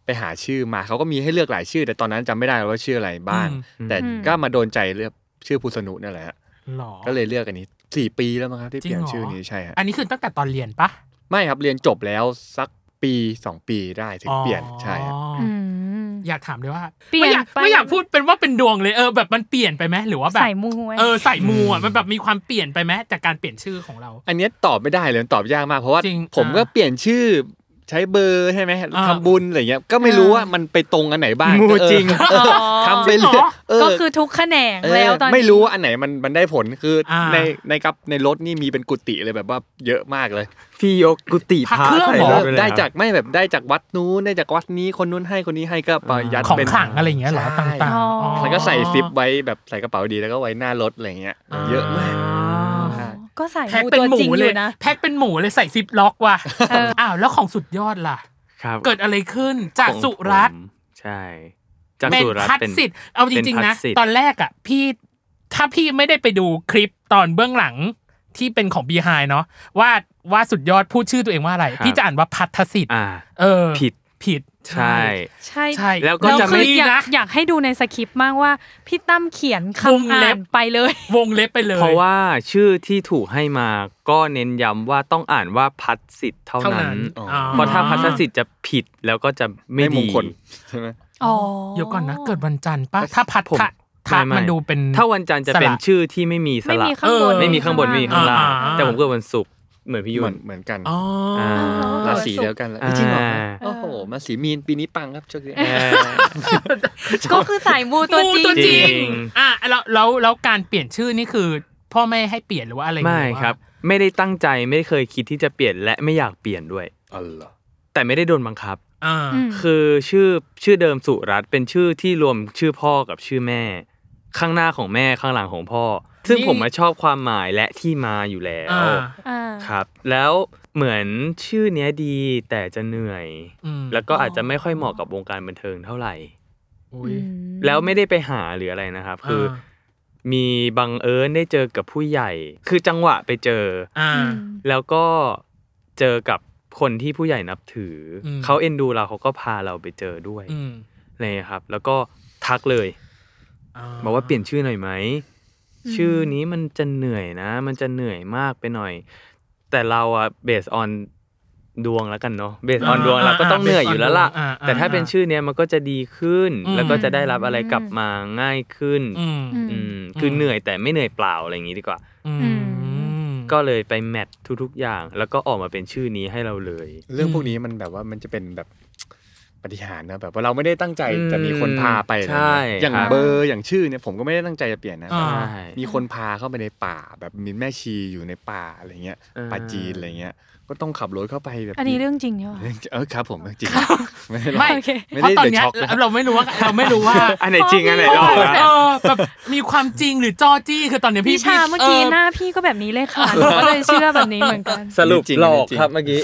ไปหาชื่อมาเขาก็มีให้เลือกหลายชื่อ แต่ตอนนั้นจำไม่ได้ว่าชื่ออะไรบ้าง อืม แต่ อืม ก็มาโดนใจเลือกชื่อภูสนุนั่นแหละฮะ หรอ ก็เลยเลือกอันนี้สี่ปีแล้วมั้งครับที่ จริ เป ง ลี่ยน เหรอ ชื่อนี้ใช่ฮะ อันนี้คือตั้งแต่ตอนเรียนปะ ไม่ครับเรียนจบแล้วสักปีสองปีได้ถึงเปลี่ยนใช่ฮะ อ๋ออ อืม อยากถามเลยว่า เปลี่ยน ไม่อยาก ไป ไม่อยากพูดเป็นว่าเป็นดวงเลยเออแบบมันเปลี่ยนไปไหมหรือว่าแบบ ใส่มูไว้ เออใส่มูอ่ะมันแบบมีความเปลี่ยนไปไหมจากการเปลี่ยนชื่อของเรา อันเนี้ยตอบไม่ได้เลยมันตอบยากมาก เพราะว่า จริง ผมก็ อ่า เปลี่ยนชื่อใช้เบอร์ใช่ไหม อ่า ทำบุญอะไรเงี้ยก็ไม่รู้ว่ามันไปตรงอันไหนบ้าง งูจริง เออทำไปเรื่อยเออ ก็คือทุกแขนง เออ แล้วตอนนี้ ไม่รู้ว่าอันไหนมันมันได้ผลคืออา ในในกับในรถนี่มีเป็นกุฏิเลยแบบว่าเยอะมากเลย พี่ยกกุฏิ พระเครื่อง ใส่ หรอ ถปเลยนะ ได้จากไม่แบบได้จากวัดนู้นได้จากวัดนี้คนนู้นให้คนนี้ให้ก็ไปยัด ของ เป็น ขลังอะไรอย่างเงี้ยเหรอ ใช่ ต่างๆอ๋อ แล้วก็ใส่ซิปไว้แบบใส่กระเป๋าดีแล้วก็ไว้หน้ารถอะไรเงี้ยเยอะมาก อ๋อ ใช่ ก็ใส่ แพ็ค มู เป็น ตัว หมู จริงอ เลย ยู่นะ แพ็คเป็นหมูเลยใส่ซิปล็อกว่ะ เอออ้ อ้าวแล้วของสุดยอดล่ะ ครับ เกิดอะไรขึ้นจาก ของ สุรัต ผ น์ มใช่ จาก เป็น สุรัต พัด น์เป็น สิทธิ์เอาจริง ๆ นะ เป็พัดสิทธิ์ ตอนแรกอ่ะพี่ถ้าพี่ไม่ได้ไปดูคลิปตอนเบื้องหลังที่เป็นของบีไฮเนาะว่าว่าสุดยอดพูดชื่อตัวเองว่าอะไร พี่จะอ่านว่าพัทธสิทธิ์ อ่า เออ ผิด ผิด ใช่ ใช่ ใช่ แล้วก็ เรา จะ คื ไม่ ออยา นะ กอยากให้ดูในสคริปต์มากว่าพี่ตั้มเขียน วง คำอ่า เล็นบไปเลย วงเล็บไปเลย เพราะว่าชื่อที่ถูกให้มาก็เน้นย้ำว่าต้องอ่านว่าพัดสิทธิ์เท่า เท่า นั้ นั้น น อ๋อ อ๋อ เพราะถ้าพัดสิทธิ์จะผิดแล้วก็จะไม่ ไม่ม ดี งคลใช่ไหม อ๋อ เดี๋ยวก่อนนะ เกิดวันจันทร์ปะถ้าพัท ผม ธะทะ ไม่ มันดูเป็น ถ้าวันจันทร์จะเป็น สระ ชื่อที่ไม่มีส ไม่ ระ มีข้างบน เออ ไม่มีข้างบนไม่มีข้างล่าง อ่า แต่ผมเกิดวันศุกร์ เหมือนพี่ เห ยุ มือน นเหมือนกัน อ๋ออ่ อ่า ราศีเดียวกันเลย อ่า จริงเหรอโอ้โหมาสีมีนปีนี้ปังครับช่วงนี้ ก็คือสายมูตัวจริง งู จริง อ่ะแล้วแล้วแล้วการเปลี่ยนชื่อนี่คือพ่อแม่ให้เปลี่ยนหรือว่าอะไร ไม่ หอว่า ครับ ไม่ได้ตั้งใจไม่ได้เคยคิดที่จะเปลี่ยนและไม่อยากเปลี่ยนด้วย อ๋อเหรอ แต่ไม่ได้โดนบังคับ อ่า อืม คือชื่อชื่อเดิมสุรัตน์เป็นชื่อที่รวมชื่อพ่อกับชื่อแม่ ข้างหน้าของแม่ข้างหลังของพ่อ ซึ่งผมมาชอบความหมายและที่มาอยู่แล้ว อ่า อ่า ครับ แล้วเหมือนชื่อเนี้ยดีแต่จะเหนื่อย อืม แล้วก็อาจจะไม่ค่อยเหมาะกับวงการบันเทิงเท่าไหร่ อุ๊ย อืม แล้วไม่ได้ไปหาหรืออะไรนะครับ คือ มีบังเอิญได้เจอกับผู้ใหญ่ คือจังหวะไปเจออ อ่า อืม แล้วก็เจอกับคนที่ผู้ใหญ่นับถืออ ม เขาเอ็นดูเราเขาก็พาเราไปเจอด้วย อืม อะไรอย่างเลยครับ แล้วก็ทักเลยบอกว่าเปลี่ยนชื่อหน่อยไหม ชื่อนี้มันจะเหนื่อยนะ มันจะเหนื่อยมากไปหน่อย แต่เราอะเบสออนดวงแล้วกันเนาะเบสออนดวงเราก็ต้องเหนื่อยอยู่แล้วล่ะ อ่าอ่า แต่ถ้าเป็นชื่อเนี้ยมันก็จะดีขึ้น อืม แล้วก็จะได้รับอะไรกลับมาง่ายขึ้น อืม อื อืม มคืออ ม เหนื่อยแต่ไม่เหนื่อยเปล่าอะไรอย่างงี้ดีกว่า อืม ก็เลยไปแมททุกๆอย่าง แล้วก็ออกมาเป็นชื่อนี้ให้เราเลย เรื่องพวกนี้มันแบบว่ามันจะเป็นแบบปฏิหารย์นะแบบว่าเราไม่ได้ตั้งใจ อืม แต่มีคนพาไปอะไร ใช่ เงี้ยอย่าง ครับ เบอร์อย่างชื่อเนี่ยผมก็ไม่ได้ตั้งใจจะเปลี่ยนนะ อ่า แต่ว่า ใช่ มีคนพาเข้าไปในป่า แบบมีแม่ชีอยู่ในป่าอะไรเงี้ย อ่า ป่าจีนอะไรเงี้ย ก็ต้องขับรถเข้าไปแบบ อันนี้เรื่องจริงใช่ปะ เออครับผมเรื่องจริงไม่ได้หรอก ไม่เพไม่ราะ ได้ ตอน เดือด เนี้ย ช็อกนะ เราไม่รู้ว่าเราไม่รู้ว่า อันไหนจริงอันไหนหลอก เออแบบมีความจริงหรือจอจี้คือตอนเนี้ยพี่ พี่ชาเมื่อกี้หน้าพี่ก็แบบนี้เลยค่ะหนูก็เลยเชื่อแบบนี้เหมือนกัน สรุป จริงๆ หลอก จริงๆ ครับเมื่อกี้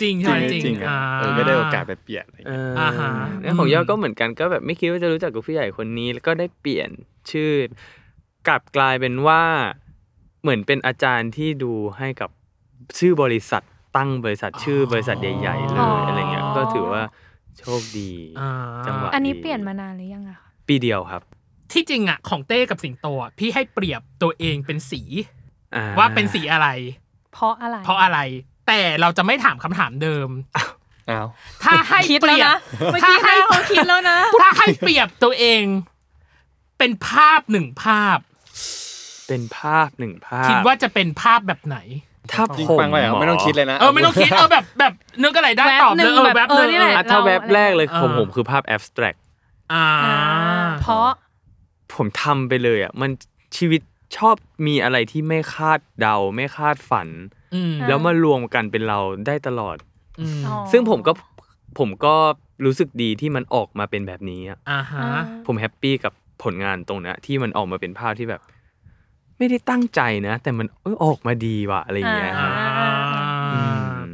จริงใช่ไหม จ จ ริ ริ ง ง ๆอะ อ่า เออก็ได้โอกาสไปเปลี่ยนอะไรเงี้ย อ่า ฮะ แล้วของ อืม ยอดก็เหมือนกันก็แบบไม่คิดว่าจะรู้จักกับผู้ใหญ่คนนี้ แล้วก็ได้เปลี่ยนชื่อ กลับกลายเป็นว่าเหมือนเป็นอาจารย์ที่ดูให้กับชื่อบริษัทตั้งบริษัทชื่อบริษัทใหญ่ ๆ เล อ๋ ย ออ อะไรเงี้ยก็ถือว่าโชคดี อ่า จังหวะ อันนี้ ดี เปลี่ยนมานานหรือยังอะคะ ปีเดียวครับ ที่จริงอะของเต้กับสิงโตอะพี่ให้เปรียบตัวเองเป็นสี อ่ ว่าเป็นสีอะไร เพราะอะไร เพราะอะไร แต่เราจะไม่ถามคำถามเดิม อ้าว ถ้าให้ คิด เป แล้ว รียบ นะเมื่อ ถ้า กี้ ให้ ให้เขาคิดแล้วนะ ถ้าให้เปรียบตัวเอง เป็นภาพหนึ่งภาพ เป็นภาพหนึ่งภาพ คิดว่าจะเป็นภาพแบบไหน ถ้า จริง ผม ปังไปอ่ะไม่ต้องคิดเลยนะ เออไม่ต้องคิดเออแบบแบบนึกอะไรได้ แวบ ตอบ หนึ่งเลยเออ แบบ แบบหนึ่เองอนี่แหละ อ่ะถ้าแวบแรกเลย เออ ของผมคือภาพ abstract อ่า อ่าเพราะ ผมทำไปเลยอ่ะมันชีวิตชอบมีอะไรที่ไม่คาดเดาไม่คาดฝัน อืม แล้วมารวมกันเป็นเราได้ตลอด อืม อ๋อ ซึ่งผมก็ผมก็รู้สึกดีที่มันออกมาเป็นแบบนี้อะ อ่าฮะ ผมแฮปปี้กับผลงานตรงเนี้ยที่มันออกมาเป็นภาพที่แบบ ไม่ได้ตั้งใจนะ แต่มันเอ้ยออกมาดีว่ะอะไรอย่างเงี้ย อ่า ฮะอืม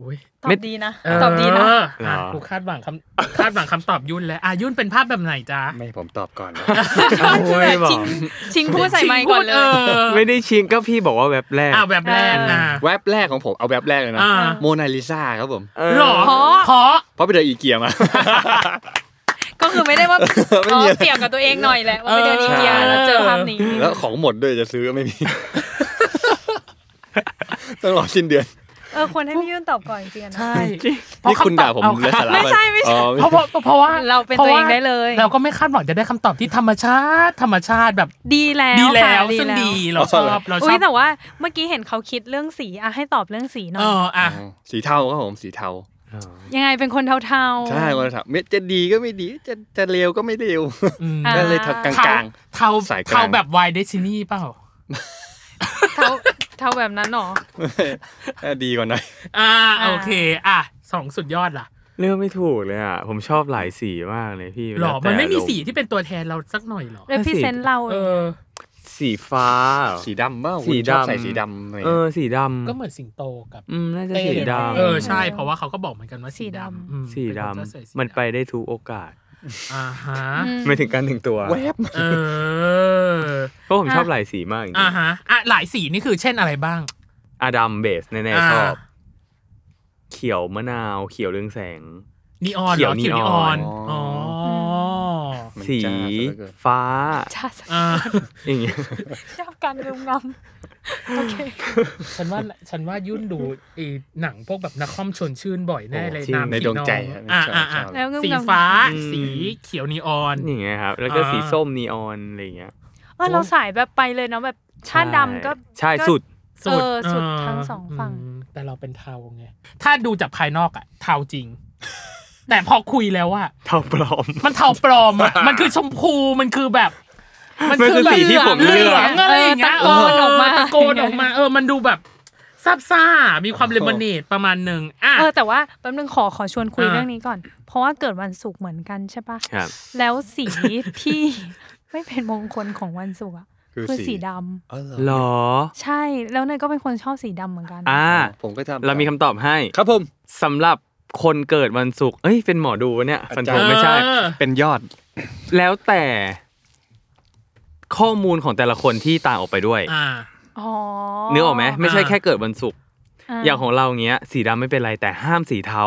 อุ๊ย ตอ ไม่ บดีนะ ตอบดีนะ เออ เหรออ่ อ่ะกูคาดหวังคำคาดหวังคำตอบยุ่นแล้ว อ่ะยุ่นเป็นภาพแบบไหนจ๊ะ ไม่ผมตอบก่อนนะ โอ้ยบอ ชิ ก งชิงพูดใส่ไมค์ก่อนเลยชิงพูดเออ ไม่ได้ชิงก็พี่บอกว่าแบบแรก อ่ะแบบแรกอ่ะ แวบแรกของผมเอาแวบแรกเลยนะ อ่า โมนาลิซาครับผม เออ หรอ เพราะ เพราะ เพราะไปเจออีเกียมา ก็คือไม่ได้ว่า ไม่ อ๋ มี อ อะไร เปรียบกับตัวเองหน่อยแหละว่าไปเดิน เออ อีเกียแล้วเจอภาพนี้ แล้วของหมดด้วยจะซื้อก็ไม่มี ต้องรอสิ้นเดือน เออควรให้พี่ยุ่นตอบก่อนจริงๆนะ ใช่เพราะ นี่คุณ ำต ด่า อบ ผม เอา และสาระ ไม่ใช่ไม่ใช่ อ๋อ เพราะเพราะเพราะว่า เราเป็นตัวเองได้เลย เราก็ไม่คาดหวังจะได้คำตอบที่ธรรมชาติ ธรรมชาติแบบ ดีแล้ว ดีแล้ ค่ะ วซึ่งดีเราชอบเราช อุ้ อย บ แต่ว่าเมื่อกี้เห็นเขาคิดเรื่องสีอะให้ตอบเรื่องสีหน่อ เอย ออ่ะ สีเทาครับผมสีเทา ยังไงเป็นคนเทาๆ ใช่วันถัดไม่จะดีก็ไม่ดีจะจะเลวก็ไม่เลว อืม ก็เลยทักกลาง เทา สายกลาง เทาแบบวายเดซินี่เปล่า เท่าเท่าแบบนั้นหรอ ๆเออดีกว่าหน่อย อ่าโอเค อ่ะสองสุดยอดล่ะ เลือกไม่ถูกเลยอ่ะผมชอบหลายสีมากเลยพี่ หรอ แล้วแต่ มันไม่มี อารณ์ สีที่เป็นตัวแทนเราสักหน่อยหรอ เลยพรีเซนต์เรา เออ สีฟ้า สีดำบ้า สี คุณชอบ ดำ ใส่สีดำอะไร เอ เงี้ อย สีดำ ก็เหมือนสิงโตกับ อืมน่าจะ เต้ สี เลย ดำ เออใช่ เพราะว่าเขาก็บอกเหมือนกันว่าสีดำอืม สีด เป็นคนชอบใส่สี ำมันไปได้ทุกโอกาส อ่าฮะ ไม่ถึงการถึงตัว แวบ เออ เพราะผมชอบหลายสีมากจริง อ่าฮะอ่ะหลายสีนี่คือเช่นอะไรบ้าง ๆอาดัมเบสแน่ อ่า ๆชอบ เขียวมะนาว เขียวเรืองแสง นีออนเหรอ เขี เขีย ยวนีวนี ออออน น อ๋อ มัน สี จ้าซะเหลือเกิน ฟ้า ชา อ่า อย่างเงี้ย ชอบการรุมงำโอเค ฉันว่าฉันว่ายุ่นดูไอ้หนังพวกแบบนักคอมชวนชื่นบ่อยแน่เลยาม ในดวงใจฮะ อ่า ชอบ อ่า ช อ่า อบ แล้วงึม สี งำ ฟ้าสีเขียวนีออน อย่างเงี้ยครับ แล้วก็สี อ่า ส้มนีออนอะไรอย่างเงี้ย เออเราสายแบบไปเลยเนาะแบบชาดำก็ ใช่ ก็ สุด สุด เออสุด เ ทั้งสองฝั่ง มแต่เราเป็นเทาไง ถ้าดูจากภายนอกอะเทาจริง แต่พอคุยแล้วอะ เท่าปลอม มันเทาปลอมอะ มันคือชมพูมันคือแบบ มันคือสีที่ผมเลือก หงอะไรอย่างเงี้ย เออตะโกนออกมา เตะโกนออกมาเออมันดูแบบซาบซ่ามีความเลมอนเนดประมาณหนึ่งอ่ะ เออแต่ว่าแป๊บนึงขอขอชวนคุย อ่า เรื่องนี้ก่อน เพราะว่าเกิดวันศุกร์เหมือนกันใช่ปะ ครับ แล้วสีที่ ไม่เป็นมงคลของวันศุกร์อะ คือ คือ สี สีดำ อ๋อเหรอ หรอ ใช่แล้วเนยก็เป็นคนชอบสีดำเหมือนกัน อ่า ผมก็ทำ เรามีคำตอบให้ ครับผม สำหรับคนเกิดวันศุกร์เอ้ย เป็นหมอดูวะเนี่ยฟันธงไม่ใช่ เออ เป็นยอด แล้วแต่ข้อมูลของแต่ละคนที่ต่างออกไปด้วย อ่า อ๋อ นึกออกไหมไม่ใช่แค่เกิดวันศุกร์ ะ อย่างของเราเงี้ย สีดำไม่เป็นไรแต่ห้ามสีเทา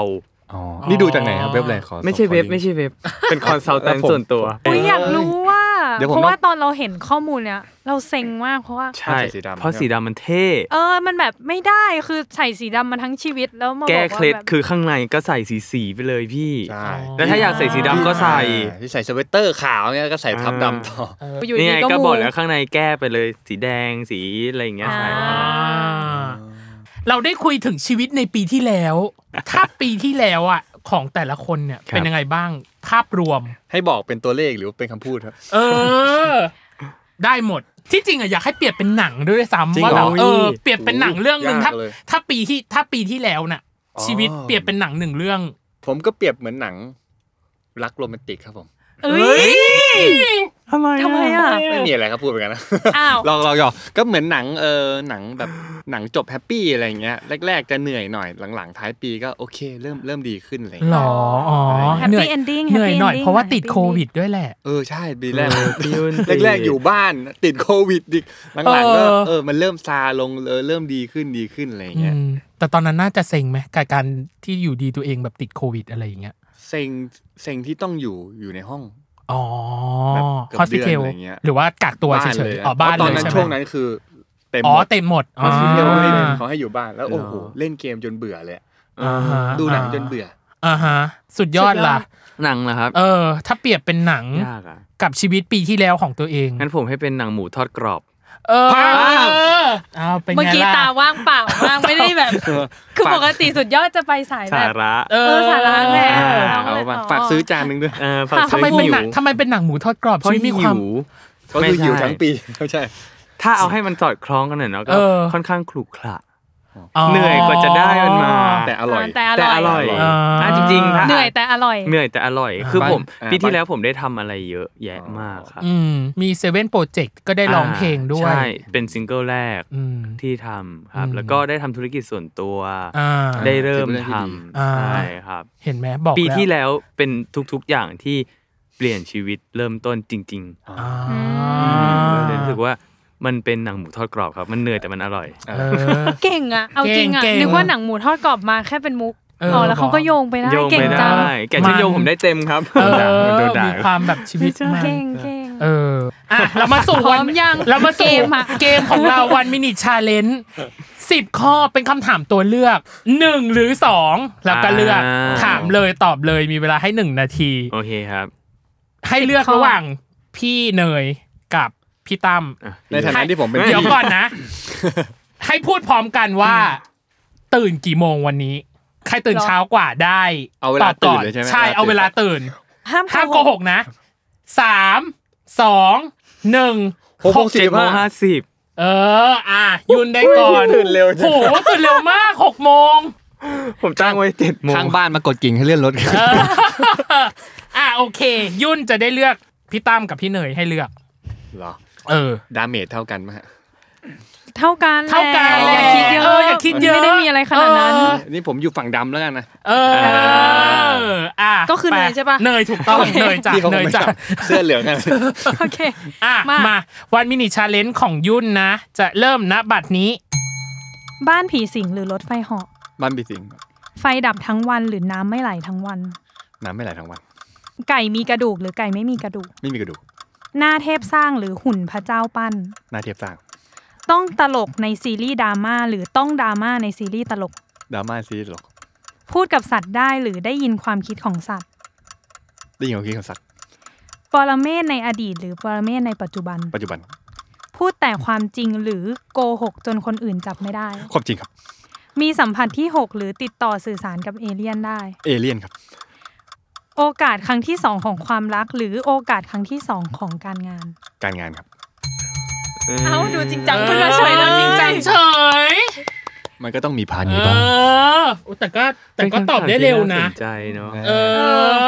อ๋อ นี่ นี่ ดู ดู จา จาก ก ไห ไห น น ค ค รั รั บบ เว็บบเว็อะ อะไร ไรขอ ไม่ใช่เว็บไม่ใช่เว็บ เป็นคอนซัลแทน แล้วผม ส่วนตัว อุ๊ยอยากรู้ว่า เดี๋ยวผม เพราะว่า ลอง ตอนเราเห็นข้อมูลเนี่ย เราเซ็งมากเพราะว่าเอาใช่ใส่สีดำ เพราะสีดำมันเท่ เออ มันแบบไม่ได้คือใส่สีดำมาทั้งชีวิตแล้วมาบ แก้ อก เค ว่า ล็ด แบบ คือข้างในก็ใส่สีสีๆไปเลยพี่ ใช่ แล้วถ้าอยากใส่สีดำก็ใส่ ที่ใส่สเวตเตอร์ขาวเนี่ยแล้วก็ใส่ทับดำต่อ อยู่ นี่ ดี ไง ก็ ก็ มู บอกแล้วข้างในแก้ไปเลยสีแดงสีอะไรอย่างเงี้ย อ่า ใช่ เราได้คุยถึงชีวิตในปีที่แล้ว ถ้าปีที่แล้วอ่ะของแต่ละคนเนี่ยเป็นยังไงบ้างภาพรวม ให้บอกเป็นตัวเลขหรือเป็นคำพูดครับ เออ ได้หมดที่จริงอะอยากให้เปรียบเป็นหนังด้วยซ้ำ จริง ว่าแบบ เหรอ เออเปรียบเป็นหนังเรื่องหนึ่ง ยาก ถ้า เลย ถ้าปีที่ถ้าปีที่แล้วน่ะ อ๋อ ชีวิตเปรียบเป็นหนังหนึ่งเรื่อง ผมก็เปรียบเหมือนหนัง รักโรแมนติกครับผม เอ้ย ทำไม ทำไมอ่ะ ไม่มีอะไรครับพูดไปกันนะ อ้าว ลองลองหยอกก็เหมือนหนังเออหนังแบบหนังจบแฮปปี้อะไรอย่างเงี้ยแรก ๆ จะเหนื่อยหน่อยหลังๆท้ายปีก็โอเค เริ่มเริ่มดีขึ้นอะไรอย่าง หร เงี้ย ออ๋อ Happy เหนื่อย ending เหนื่อย Happy หน่อย ending เพราะว่า หน่อย ติดโควิดด้วยแหละ เออใช่ปีแรก พี่มัน แรกๆอยู่บ้านติดโควิดดิหลังๆก็ เออ เออมันเริ่มซาลงเออเริ่มดีขึ้นดีขึ้นอะไรอย่างเงี้ย อืมแต่ตอนนั้นน่าจะเซ็งไหมกับการที่อยู่ดีตัวเองแบบติดโควิดอะไรอย่างเงี้ย เซ็งเซ็งที่ต้องอยู่อยู่ในห้อง อ๋อ แบบเกื ฮอ อบ ส เดื พิ อน ทล อะไรเงี้ย หรือว่ากักตัวเฉยๆ นะ อ๋อบ้าน พระตอน เลย นั้ใช่ไหนม ช่วงนั้นคือเต็ม อ๋อ หมด เต็มหมด ฮอสพิเทลไม่ได้เล่น อ่า เขาให้อยู่บ้านแล้วโอ้โห เหรอ เล่นเกมจนเบื่อเลยอะ อ่าฮะ ดูหนังจนเบื่อ อ่าฮะสุดยอดล่ะ หนังเหรอครับ เออ ถ้าเปรียบเป็นหนัง ยากอ่ะ กับชีวิตปีที่แล้วของตัวเอง งั้นผมให้เป็นหนังหมูทอดกรอบ เออ ภาอพ้าวเป็นไงล่ะ เมื่อกี้ตาว่างเปล่ามากไม่ได้แบบ คือปกติสุดยอดจะไปสายแบ สา บ ระ เอ เออสาระแหละ อ่า เอ เอา เลย มา ต่อ ฝากซื้อจานหนึงด้วย เออฝาก ทำไม ซื้อ เป็น หิ หนั ว งทำไมเป็นหนังหมูทอดกรอบ เพราะ ชีวิตมี หิ ความ ว ก็ ไม่ คือ ใช่ หิวทั้งปี ไม่ใช่ ถ้าเอาให้มันสอดคล้องกันหน่อยเนาะก็ เออ ค่อนข้างขลุกขระเหนื่อยกว่าจะได้มันมา แต่อร่อย แต่ แต่ อ อ ร่ ร่ อ อย ย อ่า อ่ะจริงๆถ้า เหนื่อยแต่อร่อย เหนื่อยแต่อร่อย คือผม อ่า ปีที่ บ้าน แล้วผมได้ทำอะไรเยอะแยะมากครับ อืมมีเซเว่นโปรเจกต์ก็ได้ร้องเพลงด้วย ใช่เป็นซิงเกิลแรก อืม ที่ทำครับ อืม แล้วก็ได้ทำธุรกิจส่วนตัว อ่า ได้เริ่ม เป็นเรื่องที่ ท ดี ำ อ่า ใช่ครับ เห็นไหมบอก ปีที่แล้วเป็นทุกๆอย่างที่เปลี่ยนชีวิตเริ่มต้นจริงๆ อ่า ก็เลยรู้สึกว่ามันเป็นหนังหมูทอดกรอบครับ มันเหนื่อยแต่มันอร่อย เออ เก่งอะเอาจริงอะ เก่งเก่ง นึกว่าหนังหมูทอดกรอบมาแค่เป็นมุก เอออ๋ อ๋อแล้วเขาก็โยงไปได้ โยง เก่ ไป งจัง ได้ แกะชื่อโยงผมได้เต็มครับ เออ โดนด่า มีความแบบชีวิตมัน เก่งเก่ง เอออ่ะเรามาสู่ พร้ วั อน มยัง เรามา เก สู่ มอะ เกมของเราวันมินิชาเลนจ์สิบข้อเป็นคำถามตัวเลือกหนึ่งหรือสองแล้วก็เลือก อ่า ถามเลยตอบเลยมีเวลาให้หนึ่งนาที โอเคครับ ให้เลือกระหว่างพี่เนยกับพี่ตั้ม อ่ะ ในฐานะที่ผมเป็น เดี๋ยว พี่ ก่อนนะ ให้พูดพร้อมกันว่า ตื่นกี่โมงวันนี้ ใครตื่นเช้ากว่าได้ เอาเวลา บก่ ตื่น อ เลยใช่ไหม ใช่เอาเวลาตื่น ห้าม ห้ามโกหกนะสามสองหนึ่ง หกโมงสี่ เจ็ด สิบ โม ห้าง ห้าสิบ เออ อ่ะยุนได้ก่อน ตื่นเร็วจั โห ง ตื่นเร็วมากหกโมง ผมจ้างไว้เจ็ดโมง ข้างบ้านมากดกิ่งให้เลื่อนรถ เอออ่ะโอเค ยุ่นจะได้เลือกพี่ตั้มกับพี่เนยให้เลือก เหรอ เออ ดาเมจเท่ากันไหมฮะ เท่ากันแหละ เท่ากัน อย่าคิดเยอะ เอออย่าคิดเยอะ ไม่ได้มีอะไรขนาดนั้น นี่ผมอยู่ฝั่งดำแล้วกันนะ เออ อ่ะ ก็คือเนยใช่ปะ เนยถูกต้องเนยจ้ะ พี่เขา เนย ไม่ จ้ะ จับเสื้อเหลืองกัน โอเค อ่ะ มาม มาวันมินิชาเลนจ์ของยุ่นนะ จะเริ่มณบัดนี้ บ้านผีสิงหรือรถไฟเหาะ บ้านปีสิง ไฟดับทั้งวันหรือน้ำไม่ไหลทั้งวัน น้ำไม่ไหลทั้งวัน ไก่มีกระดูกหรือไก่ไม่มีกระดูก ไม่มีกระดูก หน้าเทพสร้างหรือหุ่นพระเจ้าปั้น หน้าเทียบสร้าง ต้องตลกในซีรีส์ดราม่าหรือต้องดราม่าในซีรีส์ตลก ดราม่าซีรีส์หรอก พูดกับสัตว์ได้หรือได้ยินความคิดของสัตว์ ได้ยินของคิดของสัตว์ ปรเมศในอดีต หรือปรเมศในปัจจุบัน ปัจจุบัน พูดแต่ความจริงหรือโกหกจนคนอื่นจับไม่ได้ ความจริงครับ มีสัมผัสที่ 6 หรือติดต่อสื่อสารกับเอเลี่ยนได้ เอเลี่ยนครับ โอกาสครั้งที่ 2 ของความรัก หรือโอกาสครั้งที่ 2 ของการงาน การงานครับ เอ้าดูจริงจังขึ้นมาเฉยแล้วจริงจัง เฉย มันก็ต้องมีพาร์ท เอ นี้บ้าง อแต่ก็แต่ก็ตอบได้เร็วนะ ป็คำถามที่าสใจเนาะ นะ เอ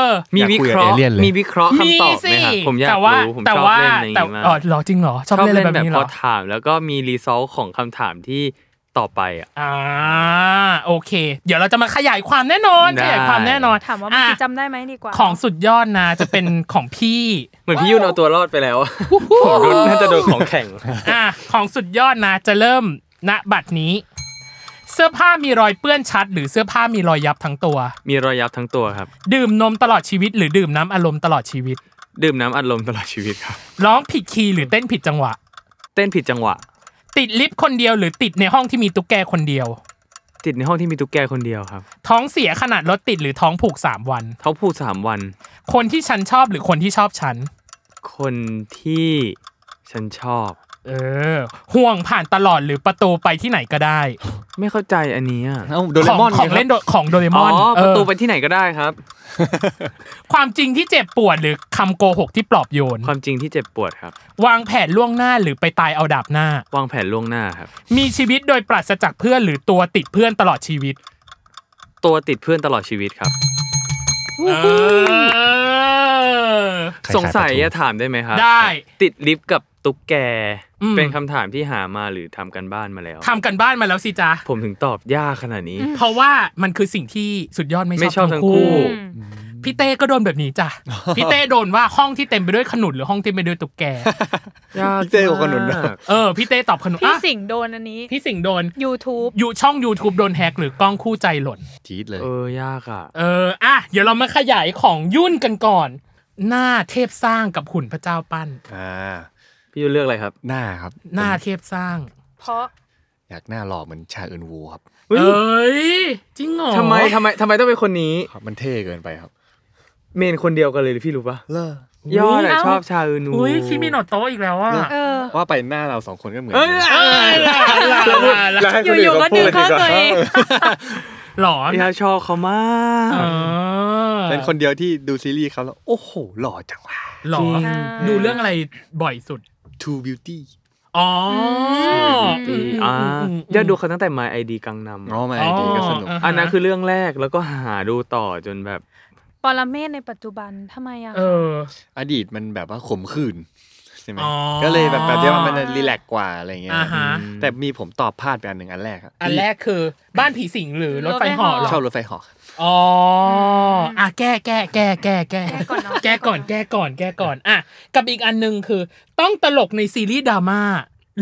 อ มี อยาก วิ คุย เค กับ ราะห์ alien เลย มีวิเคราะห์คำตอบไหมครับ สิ ผมอยาก แต่ว่า รู้ผม แต่ ชอบ ว่า เล่นอะไรอย่าง แต่ งี้มาก เออเหรอจริงเหรอ ชอบเล่นอะไรแบบนี้เหร พอ อ ถามแล้วก็มีรีซอลของคำถามที่ต่อไปอ่ะ อ่าโอเค เดี๋ยวเราจะมาขยายความแน่นอน ได้ ขยายความแน่นอน ถามว่าเมื่อกี้ อ่ะ จำได้ไหมดีกว่า ของสุดยอดนะ จะเป็นของพี่ เหมือนพี่ยุ่นเอาตัวรอดไปแล้วอะผมโดนน่าจะโดนของแข็ง อ่ะของสุดยอดนะ จะเริ่มณบัดนี้ เสื้อผ้ามีรอยเปื้อนชัด หรือเสื้อผ้ามีรอยยับทั้งตัว มีรอยยับทั้งตัวครับ ดื่มนมตลอดชีวิต หรือดื่มน้ำอารมณ์ตลอดชีวิต ดื่มน้ำอัดลมตลอดชีวิตครับ ร้องผิดคีย์หรือเต้นผิดจังหวะ เต้นผิดจังหวะ ติดลิฟต์คนเดียวหรือติดในห้องที่มีตุ๊กแกคนเดียว ติดในห้องที่มีตุ๊กแกคนเดียวครับ ท้องเสียขนาดรถติดหรือท้องผูกสามวัน เขาพูดสามวัน คนที่ฉันชอบหรือคนที่ชอบฉัน คนที่ฉันชอบ เออ ห่วงผ่านตลอดหรือประตูไปที่ไหนก็ได้ ไม่เข้าใจอันเนี้ย เอ้าโด ข เร อง มอน ของเล่นโดของโดเรม อ๋อ อน ประตู เออ ไปที่ไหนก็ได้ครับ ความจริงที่เจ็บปวดหรือคำโกหกที่ปลอบโยน ความจริงที่เจ็บปวดครับ วางแผนล่วงหน้าหรือไปตายเอาดาบหน้า วางแผนล่วงหน้าครับ มีชีวิตโดยปราศจากเพื่อนหรือตัวติดเพื่อนตลอดชีวิต ตัวติดเพื่อนตลอดชีวิตครับ เออ ใคร สงสัย ขายปลาทู จะถามได้ไหมครับ ได้ ติดลิฟต์กับตุ๊กแก อืม เป็นคำถามที่หามาหรือทำกันบ้านมาแล้ว ทำกันบ้านมาแล้วสิจ๊ะ ผมถึงตอบยากขนาดนี้ เพราะว่ามันคือสิ่งที่สุดยอดไม่ ไม่ชอบทั้งคู่ พี่เต้ก็โดนแบบนี้จ้ะ พี่เต้โดนว่าห้องที่เต็มไปด้วยขนุนหรือห้องที่เต็มไปด้วยตุ๊กแก ยาก พี่เต้บอกขนุนด้วย มาก เออพี่เต้ตอบขนุน พี่ อ่ะ สิงห์โดนอันนี้ พี่สิงห์โดน YouTube อยู่ช่อง YouTube โดนแฮกหรือกล้องคู่ใจหล่น จี๊ดเลย เออยากอ่ะ เอออ่ะเดี๋ยวเรามาขยายของยุ่นกันก่อน หน้าเทพสร้างกับหุ่นพระเจ้าปั้น อ่า พี่ยูเลือกอะไรครับ หน้าครับ หน้า ผม เทพสร้าง เพราะ อยากหน้าหล่อเหมือนชาเอินวูครับ เฮ้ย เอ้ยจริงเหรอ ทำไมทำไมทำไมต้องเป็นคนนี้ ครับ มันเท่เกินไปครับ เมนคนเดียวกันเลยหรือพี่รู้ปะ เลิก ยอดอะชอบชาอืนู อุ้ยคิมิโนโตะอีกแล้วอ่ะ เออ ว่าไปหน้าเราสองคนก็เหมือน เอ้ย กัน เออละละละละ แล้วให้คน อยู่ น ๆก็ดึงเข้า พูด ตัวเอง หลอน พี่ฮาชอบเขามาก เออ เป็นคนเดียวที่ดูซีรีส์เขาแล้ว โอ้โห หล่อจังวะ หลอนดูเรื่องอะไรบ่อยสุด Two Beauty อ๋อ ดีอ่าอยากดูเขาตั้งแต่ My ID กังนำ น้องมาไอดีก็สนุก อันนั้นคือเรื่องแรกแล้วก็หาดูต่อจนแบบ ปรเมศในปัจจุบันทำไมอะ เออ อดีตมันแบบว่าขมขื่นใช่ไหม อ๋อ ก็เลยแบบแบบเดียวมันจะรีแลกซ์กว่าอะไรเงี้ย อ่าฮะ อืมแต่มีผมตอบพลาดไปอันหนึ่งอันแรกครับ อันแรกคือบ้านผีสิงหรือรถไฟเหาะเหรอ ชอบรถไฟเหอก อ๋ออ่ะแก้แก้แก้แก้แก้แก้ก่อนแก้ก่อนแก้ก่อนอ่ะกับอีกอันหนึ่งคือ ต้องตลกในซีรีส์ดราม่า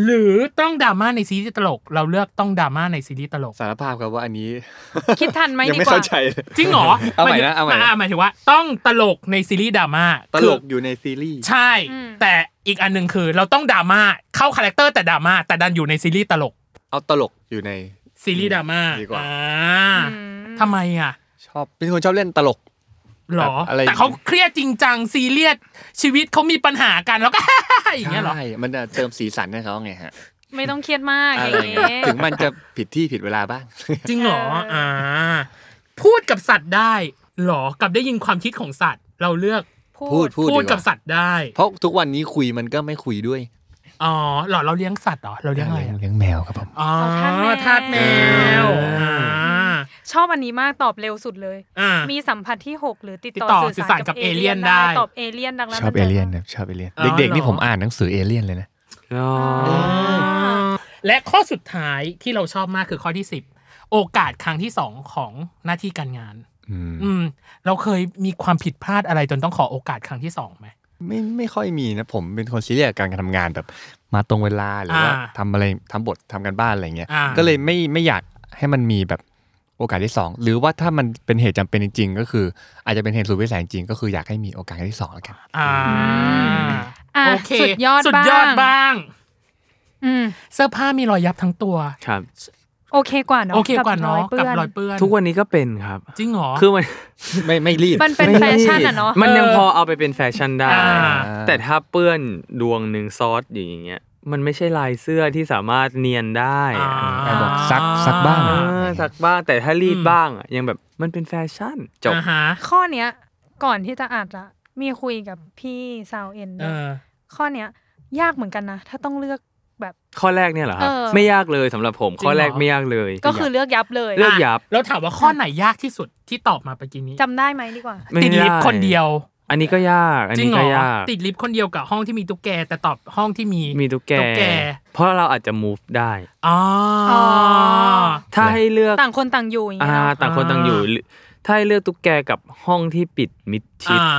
หรือต้องดราม่าในซีรีส์ตลก เราเลือกต้องดราม่าในซีรีส์ตลก สารภาพครับว่าอันนี้ คิดทันไหม ยัง ดี ไม่ กว่า เข้าใจเลย จริงเหรอ เอาใหม่นะเอาใหม่นะ หมายถึงว่า ต้องตลกในซีรีส์ดราม่า ต คื ล อก อยู่ในซีรีส์ ใช่ อืม แต่อีกอันหนึ่งคือ เราต้องดราม่าเข้าคาแรคเตอร์แต่ดราม่าแต่ดันอยู่ในซีรีส์ตลก เอาตลกอยู่ใน ซีรีส์ดราม่า ดีกว่า อ่ อืม ทำไมอ่ะ ชอบเป็นคนชอบเล่นตลก หรอ แบบอะไร แต่เขาเครียดจริงจังซีเรียสชีวิตเขามีปัญหากันแล้วก็ อย่างเงี้ยเหรอ ใช่มันจะเติมสีสันให้เขาไงฮะ ไม่ต้องเครียดมาก อะ อ ไร ย่าง เงี้ เงี้ ย ย ถึงมันจะผิดที่ผิดเวลาบ้าง จริงเหรอ เอออ่ อ่าพูดกับสัตว์ได้หรอกับได้ยินความคิดของสัตว์ เราเลือก พูดพูด พูด ดี กับ ว่า สัตว์ได้ เพราะทุกวันนี้คุยมันก็ไม่คุยด้วย อ๋อหรอเราเลี้ยงสัตว์เหรอเราเลี้ยงอะไร เลี้ยง อะ เลี้ยงแมวครับผม อ๋อ เรา ทา ทา ส ส แม แม ว อ่า อ่า ชอบอันนี้มากตอบเร็วสุดเลย อ่า มีสัมผัสที่ 6 หรือติด ติด ต่ ต่ อ อ สื่อสารกับ สื่อสารกับ เอเลี่ยน alien ได้ ได้ ตอบเอเลี่ยนดังนั้น ชอบ มั เอ จะ เลี่ยนครับชอบเอเลี่ยน อ๋อเหรอ เด็กๆนี่ผมอ่านหนังสือเอเลี่ยนเลยนะ อ๋อ และข้อสุดท้ายที่เราชอบมากคือข้อที่ 10 โอกาสครั้งที่สองของหน้าที่การงาน อืม อืม เราเคยมีความผิดพลาดอะไรจนต้องขอโอกาสครั้งที่สองไหม ไม่ไม่ค่อยมีนะผมเป็นคนซีเรียสกับการทำงานแบบ มาตรงเวลาหรือว่า อ่า ทำอะไรทำบททำกันบ้านอะไรเงี้ย อ่า ก็เลยไม่ไม่อยากให้มันมีแบบโอกาสที่สองหรือว่าถ้ามันเป็นเหตุจำเป็นจริง ๆ ก็คือ อาจจะเป็นเหตุสุดวิสัยจริงก็คืออยากให้มีโอกาสที่สองแล้วกัน อ่า อ่ะ โอเค สุดยอด สุดยอด บ้าง บ้าง อืม เสื้อผ้ามีรอยยับทั้งตัว ครับ โอเคกว่าเนาะ โอเคกว่าเนาะ บ กับ ย ร เปื้ อ อย น เปื้อน ทุกวันนี้ก็เป็นครับ จริงเหรอ คือมัน ไม่ไม่รีบ มันเป็นแฟชั่นอ่ะเนาะ มันยังพอเอาไปเป็นแฟชั่นได้ อ่า อ่า แต่ถ้าเปื้อนดวงหนึ่งซอสอย่างเงี้ย มันไม่ใช่ลายเสื้อที่สามารถเนียนได้ อ่า อะ แต่บอกซักซักบ้าง เอ อะ อสักบ้างแต่ถ้ารีดบ้างอะยังแบบมันเป็นแฟชั่นจบ อ่าฮะ ข้อเนี้ย ก่อนที่จะอัดละมีคุยกับพี่ซาวเอ็น เอ ด้วย อ ข้อเนี้ย ยากเหมือนกันนะ ถ้าต้องเลือกแบบ ข้อแรกเนี่ยเหรอครับ เออ ไม่ยากเลยสำหรับผม จริงเหรอ ข้อแรกไม่ยากเลย ก็คือเลือกยับเลย เลือกยับ แล้วถามว่าข้อไหนยากที่สุดที่ตอบมาเมื่อกี้นี้ จำได้ไหมดีกว่า ไม่ ติดลิฟต์คนเดียว อันนี้ก็ยากอัน จริง นี้ เหรอยก็าก ติดลิฟต์คนเดียวกับห้องที่มีตุ๊กแกแต่ตอบห้องที่มี มีตุ๊กแก ตุ๊กแก เพราะเราอาจจะ move ได้ อ๋ออ อ ถ้าให้เลือก ต่างคนต่างอยู่อย่าง อ่า เงี้ยเนอะ ต่างคนต่างอยู่หรือถ้าให้เลือกตุ๊กแกกับห้องที่ปิดมิดชิด อ่า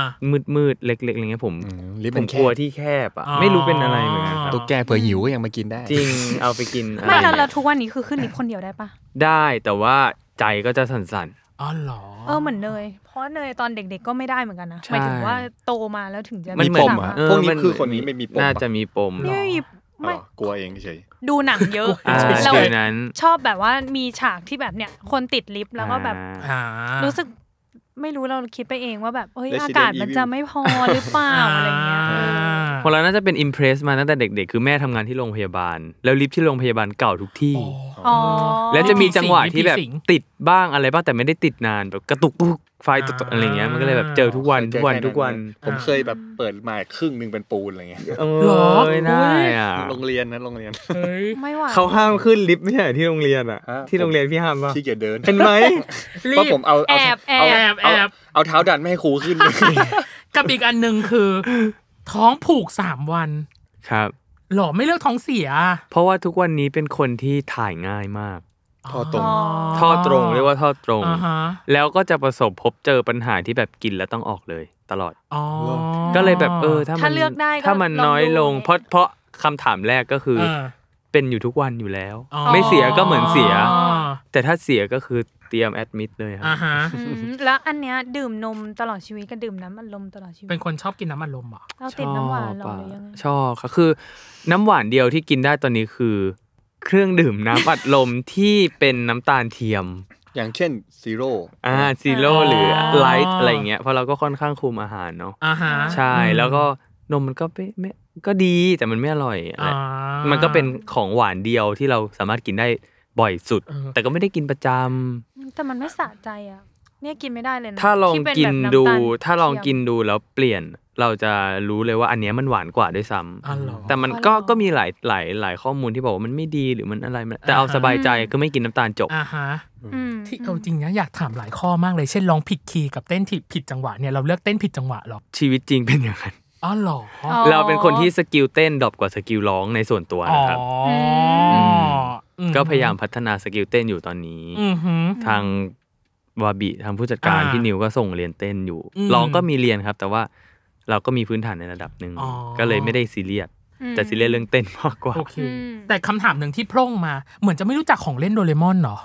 มืดๆเล็กๆอะไรเงี้ยผม อืมลิฟต์ ผ มั ม นแค กลัว บ ที่แคบอ่ะ อ๋อ ไม่รู้เป็นอะไรเหมือนกันครับ ตุ๊กแกเผื่อหิวก็ยังมากินได้ จริงเอาไปกินอะ ไม่ ร แล้ว เงี้ย แล้วทุกวันนี้คือขึ้นลิฟต์คนเดียวได้ปะ ได้แต่ว่าใจก็จะสั่น อ๋อเหรอ เออเหมือนเนยเพราะเนยตอนเด็กๆก็ไม่ได้เหมือนกันนะ ใช่ หมายถึงว่าโตมาแล้วถึงจะ ๆมันเหมื ป อน มอะสาารถ เออ พวกนี้ มั คือคนนี้ไม่มีปม น่า ปะ จะมีปม นี่ไม่มีไม่ อ๋อกลัวเองเฉย ดูหนังเยอะ อ่า เรา ฟิลนั้น ชอบแบบว่ามีฉากที่แบบเนี่ย คนติดลิฟต์แล้วก็แบบ อ่า อ่า รู้สึกไม่รู้เราคิดไปเองว่าแบบเอ้ย Resident อากาศมันจะ Evil ไม่พอหรือเปล่าอะไรเงี้ยเออ ของเราน่าจะเป็นอิมเพรสมาตั้งแต่เด็กๆ คือแม่ทำงานที่โรงพยาบาล แล้วลิฟต์ที่โรงพยาบาลเก่าทุกที่ อ๋อ แล้วจะมีจังหวะที่แบบ มีผีสิง ติดบ้างอะไรบ้างแต่ไม่ได้ติดนานแบบกระตุกปุ๊กไฟตุกๆอะไรเงี้ยมันก็เลยแบบเจอทุกวันทุกวันทุกวัน ผมเคยแบบเปิดมาครึ่งหนึ่งเป็นปูนอะไรเงี้ย เอ หรอ ไม่ได้อ่ะ โรงเรียนนะโรงเรียน เฮ้ย ไม่ไหว เขาห้ามขึ้นลิฟต์ไม่ใช่เหรอที่โรงเรียนอ่ะ ฮะ ที่โรงเรียนพี่ห้ามป่ะ ขี้เกียจเดิน เห็นไหม รี เพราะผ บ มเอา แอ เอา บแอ เอาบบแอแอบ เอาเท้าดันไม่ให้ครูขึ้นเลย กับอีกอันหนึ่งคือ ท้องผูกสามวัน ครับ หรอไม่เลือกท้องเสียอะ เพราะว่าทุกวันนี้เป็นคนที่ถ่ายง่ายมาก ท่อตรง ท่อตรงเรียกว่าท่อตรง อ่าฮะ แล้วก็จะประสบพบเจอปัญหาที่แบบกินแล้วต้องออกเลย ตลอด อ๋อ ก็เลยแบบเออถ้ามัน ถ้าเลือกได้ก็ ถ้ามัน ลง น้อยลง ดู เพราะเพราะคำถามแรกก็คือ เออ เป็นอยู่ทุกวันอยู่แล้ว อ๋อ ไม่เสียก็เหมือนเสีย อ๋อ แต่ถ้าเสียก็คือเตรียมแอดมิดเลยค อ่า รับ ฮะ อืมแล้วอันเนี้ยดื่มนมตลอดชีวิตกับดื่มน้ำอัดลมตลอดชีวิต เป็นคนชอบกินน้ำอัดลมเหรอ่ะ เราติดน้ำหวานเหรอ อะ หรือยังไง ชอบค่ะคือ น้ำหวานเดียวที่กินได้ตอนนี้คือ เครื่องดื่มน้ำอัดลม ที่เป็นน้ำตาลเทียม อย่างเช่นซีโร่ อ่าซีโร่หรือไลท์อะไรเงี้ยเพราะเราก็ค่อนข้างคุมอาหารเนาะ อ่าฮะ ใช่แล้วก็นมมันก็ไม่ไม่ก็ดีแต่มันไม่อร่อยอะไร อ่า มันก็เป็นของหวานเดียวที่เราสามารถกินได้บ่อยสุด เออ แต่ก็ไม่ได้กินประจำ แต่มันไม่สะใจอ่ะเนี่ยกินไม่ได้เลยนะ ถ้าลอง ที่เป็น กิ แบ น บำตาล ดู ถ้าลองกิน เทียม ดูแล้วเปลี่ยน เราจะรู้เลยว่าอันเนี้ยมันหวานกว่าด้วยซ้ อ๋อเหรอ ำแต่มันก็ อ๋อเหรอ ก็มีหลายหลายหลายข้อมูลที่บอกว่ามันไม่ดีหรือมันอะไรมันแต่เอาสบายใจคือไม่กินน้ำตาลจบ อ่าฮะ อืม ที่เอาจริงนะอยากถามหลายข้อมากเลยเช่นร้องผิดคีย์กับเต้นผิดจังหวะเนี่ยเราเลือกเต้นผิดจังหวะเหรอ ชีวิตจริงเป็นอย่างนั้น อ๋อเหรอ อ๋อ เราเป็นคนที่สกิลเต้นดรอปกว่าสกิลร้องในส่วนตัว อ๋อ นะครับ อืม ม ก็พยายามพัฒนาสกิลเต้นอยู่ตอนนี้ อือหือ ทางวาบิทางผู้จัดการ อ่า พี่นิวก็ส่งเรียนเต้นอยู่ อืม ร้องก็มีเรียนครับ แต่ว่าเราก็มีพื้นฐานในระดับหนึ่ง อ๋อ ก็เลยไม่ได้ซีเรียส อืม แต่ซีเรียสเรื่องเต้นมากกว่า โอเค อืม แต่คำถามหนึ่งที่โพร่งมา เหมือนจะไม่รู้จักของเล่นโดเรมอนเหรอ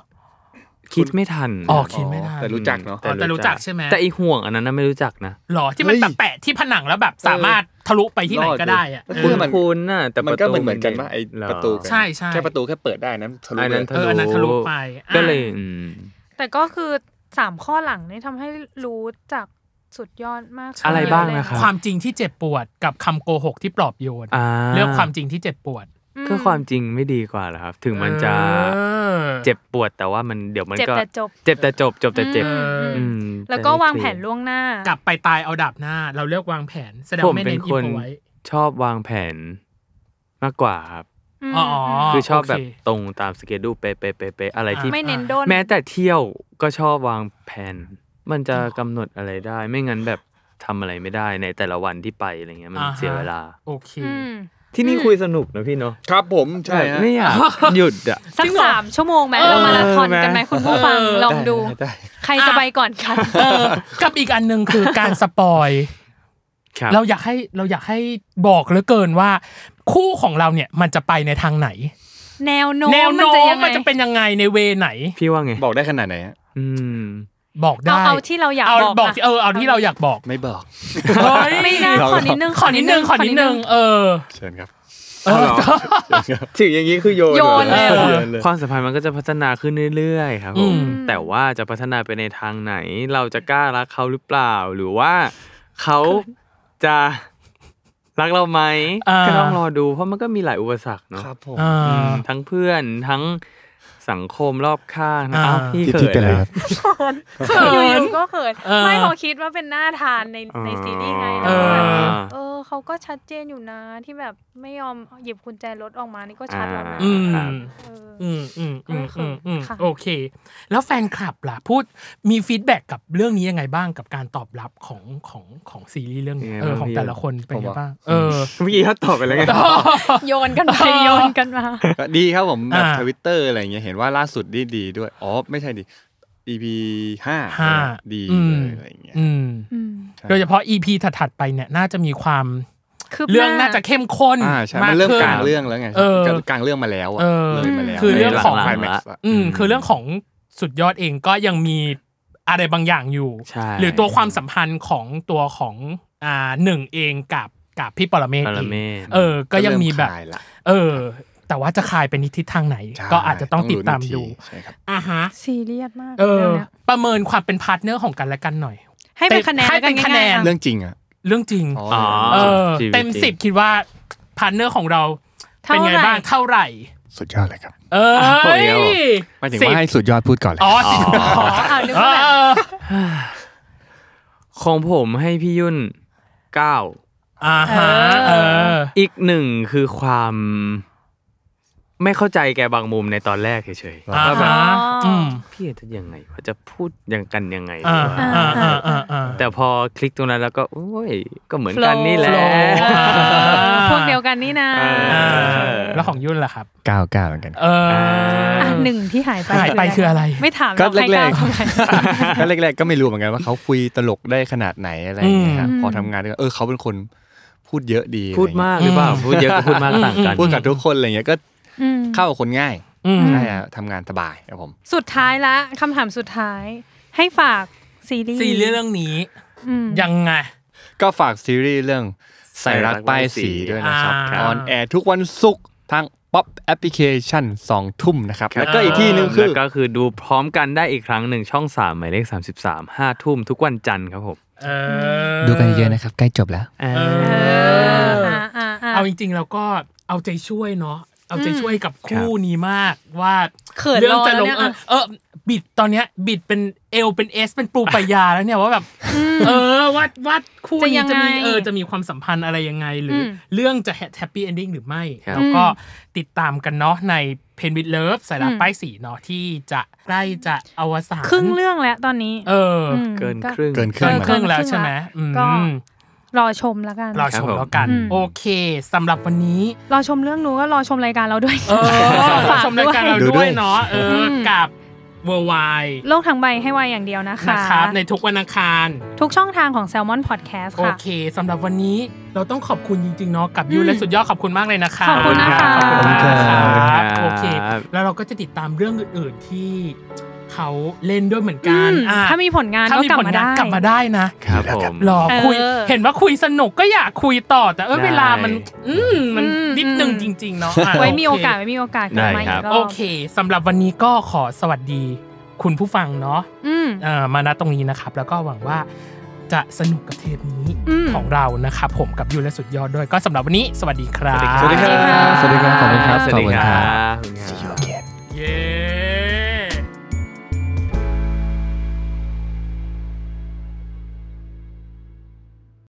คิดไม่ทัน อ๋อคิดไม่ทัน แต่รู้จักเนาะ แต่รู้จักใช่ไหม แต่อีห่วงอันนั้นนะไม่รู้จักนะ หรอที่มัน เฮ้ย แบบแปะที่ผนังแล้วแบบสามารถทะลุไปที่ไหนก็ได้อะ รอด เอ เลย อ มัน คุ้นๆน่ะแต่ มันก็เหมือนเหมือนกัน ด็ ปะไอ้ เหอ ประตูกัน ใช่ใช่ แค่ประตูแค่เปิดได้นั้นทะลุ อันนั้น เลย ทะลุ เอออันนั้นทะลุไปอ่ะ ก็เลยอืม แต่ก็คือสามข้อหลังนี่ทำให้รู้จักสุดยอดมาก อะไรบ้าง เลย นะครับ ความจริงที่เจ็บปวดกับคำโกหกที่ปลอบโยน า เลือกความจริงที่เจ็บปวด ก็ความจริงไม่ดีกว่าเหรอครับ ถึงมันจะ เออ เจ็บปวดแต่ว่ามันเดี๋ยวมัน เจ็บ ก็ แต่จบ เจ็บแต่จบจบแต่เจ็บ อืมอืม อืม แล้วก็ จะได้ วาง เค แผ ย น ร์ ล่วงหน้าก กั ลับไปตายเอาดับหน้า เราเลือกวางแผน แสดง ผม ไม่ เป็ เน้ น นอิ คน นไว้ ชอบวางแผนมากกว่าครับ อ๋ออ๋อ คือชอบแบบ โอเค ตรงตามสเกดูเป๊ะเป๊ะเป๊ะเป๊ะอะไรที่ ไม่เน้นโดน แม้แต่เที่ยวก็ชอบวางแผน มันจะกำหนดอะไรได้ ไม่งั้นแบบทำอะไรไม่ได้ในแต่ละวันที่ไปอะไรเงี้ยมัน อ่าฮะ เสียเวลา โอเค อืม ที่นี่คุยสนุกนะพี่เนาะ ครับผมใช่ฮะ ไม่อยากหยุดอ่ะ สักสามชั่วโมงไหม เออ เรามาราธอนกันไหม ไหม คุณผู้ฟังลองดู ได้ได้ ใครจะไปก่อนกัน เออ กับอีกอันหนึ่งคือการสป อย ครับ เราอยากให้เราอยากให้บอกเหลือเกินว่า คู่ของเราเนี่ยมันจะไปในทางไหน แนวโน้ม แนว มัน โน้ จะ ม ยังไง มันจะเป็นยังไงในเวไหน พี่ว่าไง บอกได้ขนาดไหนฮะ อืม บอก เอา ได้ เอาที่เราอยาก เอา บอก บอก อะ ที่เออเอาที่เราอยากบอก ไม่บอก เฮ้ย ไม่น่าขอนิดนึง ขอนิดนึงขอนิดนึงเออ เชิญครับ เออ ถึงอย่างนี้คือโยน โยนเลย เออ ความสัมพันธ์มันก็จะพัฒนาขึ้นเรื่อยๆครับผ อื ม ม แต่ว่าจะพัฒนาไปในทางไหน เราจะกล้ารักเขาหรือเปล่า หรือว่าเขาจะ รักเราไหม อ่า ก็ต้องรอดู เพราะมันก็มีหลายอุปสรรคเนาะ ครับผม อ่า อืมทั้งเพื่อนทั้งสังคมรอบข้างนะ อ่า อ้าวพี่ พี่ เขิ พี่ น เป็นอะไร แล้ว ครับ เขิ อน ยู่ๆก็เขิน เออ ไม่พอคิดว่าเป็นหน้าทานในในซีรีส์ไง เอ แล้วก็แบบ อ เออเขาก็ชัดเจนอยู่นะที่แบบไม่ยอมหยิบกุญแจรถออกมานี่ก็ชัดแล้วนะ อ่า อืม เออ อืมอืมอืมอืมอืม ค่ะ โอเค แล้วแฟนคลับล่ะพูดมีฟีดแบ็กกับเรื่องนี้ยังไงบ้างกับการตอบรับของของของซีรีส์เรื่องนี้ ยังไง เออ บ้าง ของ พี่ แต่ละคนเป็นยังไงบ้าง เออ เมื่อกี้เขาตอบไปแล้วไง โยนกันไปโยนกันมา ก็ดีครับผมแบบ อ่า ทวิตเตอร์อะไรอย่างเงี้ยเห็นว่าล่าสุดดีดีด้วย อ๋อ ไม่ใช่ดิ EP ห้า ห้า ดี อืม เลยอะไรอย่างเงี้ย อืม อืม ใช่ โดยเฉพาะ EP ถัดๆไปเนี่ยน่าจะมีความ คืบหน้า เรื่องน่าจะเข้มข้น อ่าใช่ มา มั ก นเริ่ม ขึ้น กลางเรื่องแล้วไง เออก ลางเรื่องมาแล้วอะ เออ เลยมาแล้ว คือเรื่องของ ไคลแม็กซ์ อืมคือเรื่องของสุดยอดเองก็ยังมีอะไรบางอย่างอยู่ ใช่ หรือตัวความสัมพันธ์ของตัวของอ่าหนึ่งเองกับกับพี่ปรเมศ ปรเมศ เออ ก็ยังมีแบบ เออ แต่ว่าจะคลายเป็นทิศทางไหน ใช่ ก็อาจจะต้องติดตามดู ใช่ครับ อ่ะฮะ ซีเรียสมาก เออ รื่องเนี้ย ประเมินความเป็นพาร์ทเนอร์ของกันและกันหน่อย ให้เป็นคะแนน ให้เป็น แล้วกั คะแนน ง่ายๆอ่ เรื่องจริงอ่ะ เรื่องจริง อ๋อ อ เออ ชีวิตจริง เต็มสิบคิดว่าพาร์ทเนอร์ของเรา เท่า เป็นไงบ้าง ไหร่ เท่าไหร่ สุดยอดเลยครับ เอ้ย หมายถึงว่าให้สุดยอดพูดก่อนเลย อ๋อสิบ อ๋ออ้าวนึก เอ ว่าแบบ อ ของผมให้พี่ยุ่นเก้า อ่าฮะเออ อีกหนึ่งคือความ ไม่เข้าใจแกบางมุมในตอนแรกเฉย อ่า ๆว่าแบบ ฮะอืม พี่จะยังไงว่าจะพูดยังกันยังไง อ่าว ะ อ่าอ่าอ่าอ่า แต่พอคลิกตรงนั้นแล้วก็โอ้ยก็เหมือนกันนี่แหละ Flow เออพวกเดียวกันนี่นะ เออ อ่าแล้วของยุ่นล่ะครับ เก้าเก้าเหมือนกัน เอออ อ่ะหนึ่งที่หายไป หายไปคืออะไร ไม่ถาม ก็ เราใคร แรก ล้าก เข้าไป ๆก็แรกๆก็ไม่รู้เหมือนกันว่าเขาคุยตลกได้ขนาดไหนอะไรอย่างเงี้ยครับ อืม พอทำงานด้วยกันเออเขาเป็นคนพูดเยอะดี พูดมากหรือเปล่าพูดเยอะก็พูดมากต่าง อะไรอ กั ย่าน งเงี้ยพูดกับทุกคนอะไรเงี้ยก็ อืม เข้ากับคนง่าย อืม ใช่อะทำงานสบายครับผม สุดท้ายละคำถามสุดท้าย ให้ฝากซีรีส์ ซีรีส์เรื่องนี้ อืม ยังไง ก็ฝากซีรีส์เรื่องใส่รักป้ายสีด้วยนะครับ อ่า ออนแอร์ทุกวันศุกร์ทางป๊อปแอปพลิเคชัน2ทุ่มนะครับ ครับ แล้วก็อีกที่หนึ่งคือ แล้วก็คือดูพร้อมกันได้อีกครั้งหนึ่งช่อง 3 หมายเลข 33 5 ทุ่มทุกวันจันทร์ครับผม เออ ดูกันเยอะนะครับ ใกล้จบแล้ว เออ อ่าอ่าอ่า เอาจริงๆเราก็เอาใจช่วยเนาะเอาใจช่วยกับคู่นี้มากว่า เขิน องจะลรองแล้วเนี่ย เออ อ่ะ เออบิดตอนเนี้ยบิดเป็นเอลเป็นเอสเป็นปูปายาแล้วเนี่ยว่าแบบ เออว่าว่าคู่นี้จะมี จะยังไง เออจะมีความสัมพันธ์อะไรยังไง หรืออ ม เรื่องจะแฮปปี้เอนดิ้งหรือไม่ ครับ แล้วก็ติดตามกันเนาะในเพนวิดเลิฟสายลับป้ายสีเนาะที่จะใกล้จะอวสาน ครึ่งเรื่องแล้วตอนนี้ เอออ ม เกินครึ่ง เกินค เกิ รึ่ง นครึ่ง แล้ว แล้วใช่ไหมอืม ก็รอชมแล้วกัน รอชมแล้วกัน อืม โอเคสำหรับวันนี้ รอชมเรื่องนู้นก็รอชมรายการเราด้วย เออ ฝาก ชมรายการเรา ด้วย ด้วยเนาะเอ อื อ ม กับเวอร์ไวน์ โลกทั้งใบให้ไวอย่างเดียวนะคะ นะครับในทุกวันอังคาร ทุกช่องทางของ Salmon Podcast โอ ค่ะ เคสำหรับวันนี้เราต้องขอบคุณจริง ๆ เนาะกับยู อืม และสุดยอดขอบคุณมากเลยนะคะ ขอบคุณนะคะ ขอบคุณมากครับ ขอบคุณครับ โอเค แล้วเราก็จะติดตามเรื่องอื่นๆที่เขาเล่นด้วยเหมือนกัน อืม อ่ะ ถ้ามีผลงาน ถ้า ก็ มี กลับ ผมางลา ได้ นกลับมาได้นะครับ ผม หรอ เออ คุยเห็นว่าคุยสนุกก็อยากคุยต่อแต่เออ ได้ เวลามัน อืมมัน อืม นิดนึง อืม จริง ๆ เนาะะ ไว้มีโอกาสไว้มีโอกาสกลับมาอีกรอบ โอเคสำหรับวันนี้ก็ขอสวัสดีคุณผู้ฟังเนาะ อืม เอ่อมาณตรงนี้นะครับ แล้วก็หวังว่าจะสนุกกับเทปนี้ อืม ของเรานะครับผมกับยูและสุดยอดด้วยก็สำหรับวันนี้ สวัสดีครับ สวัสดีครับ สวัสดีครับ ขอบคุณครับ สวัสดีครับ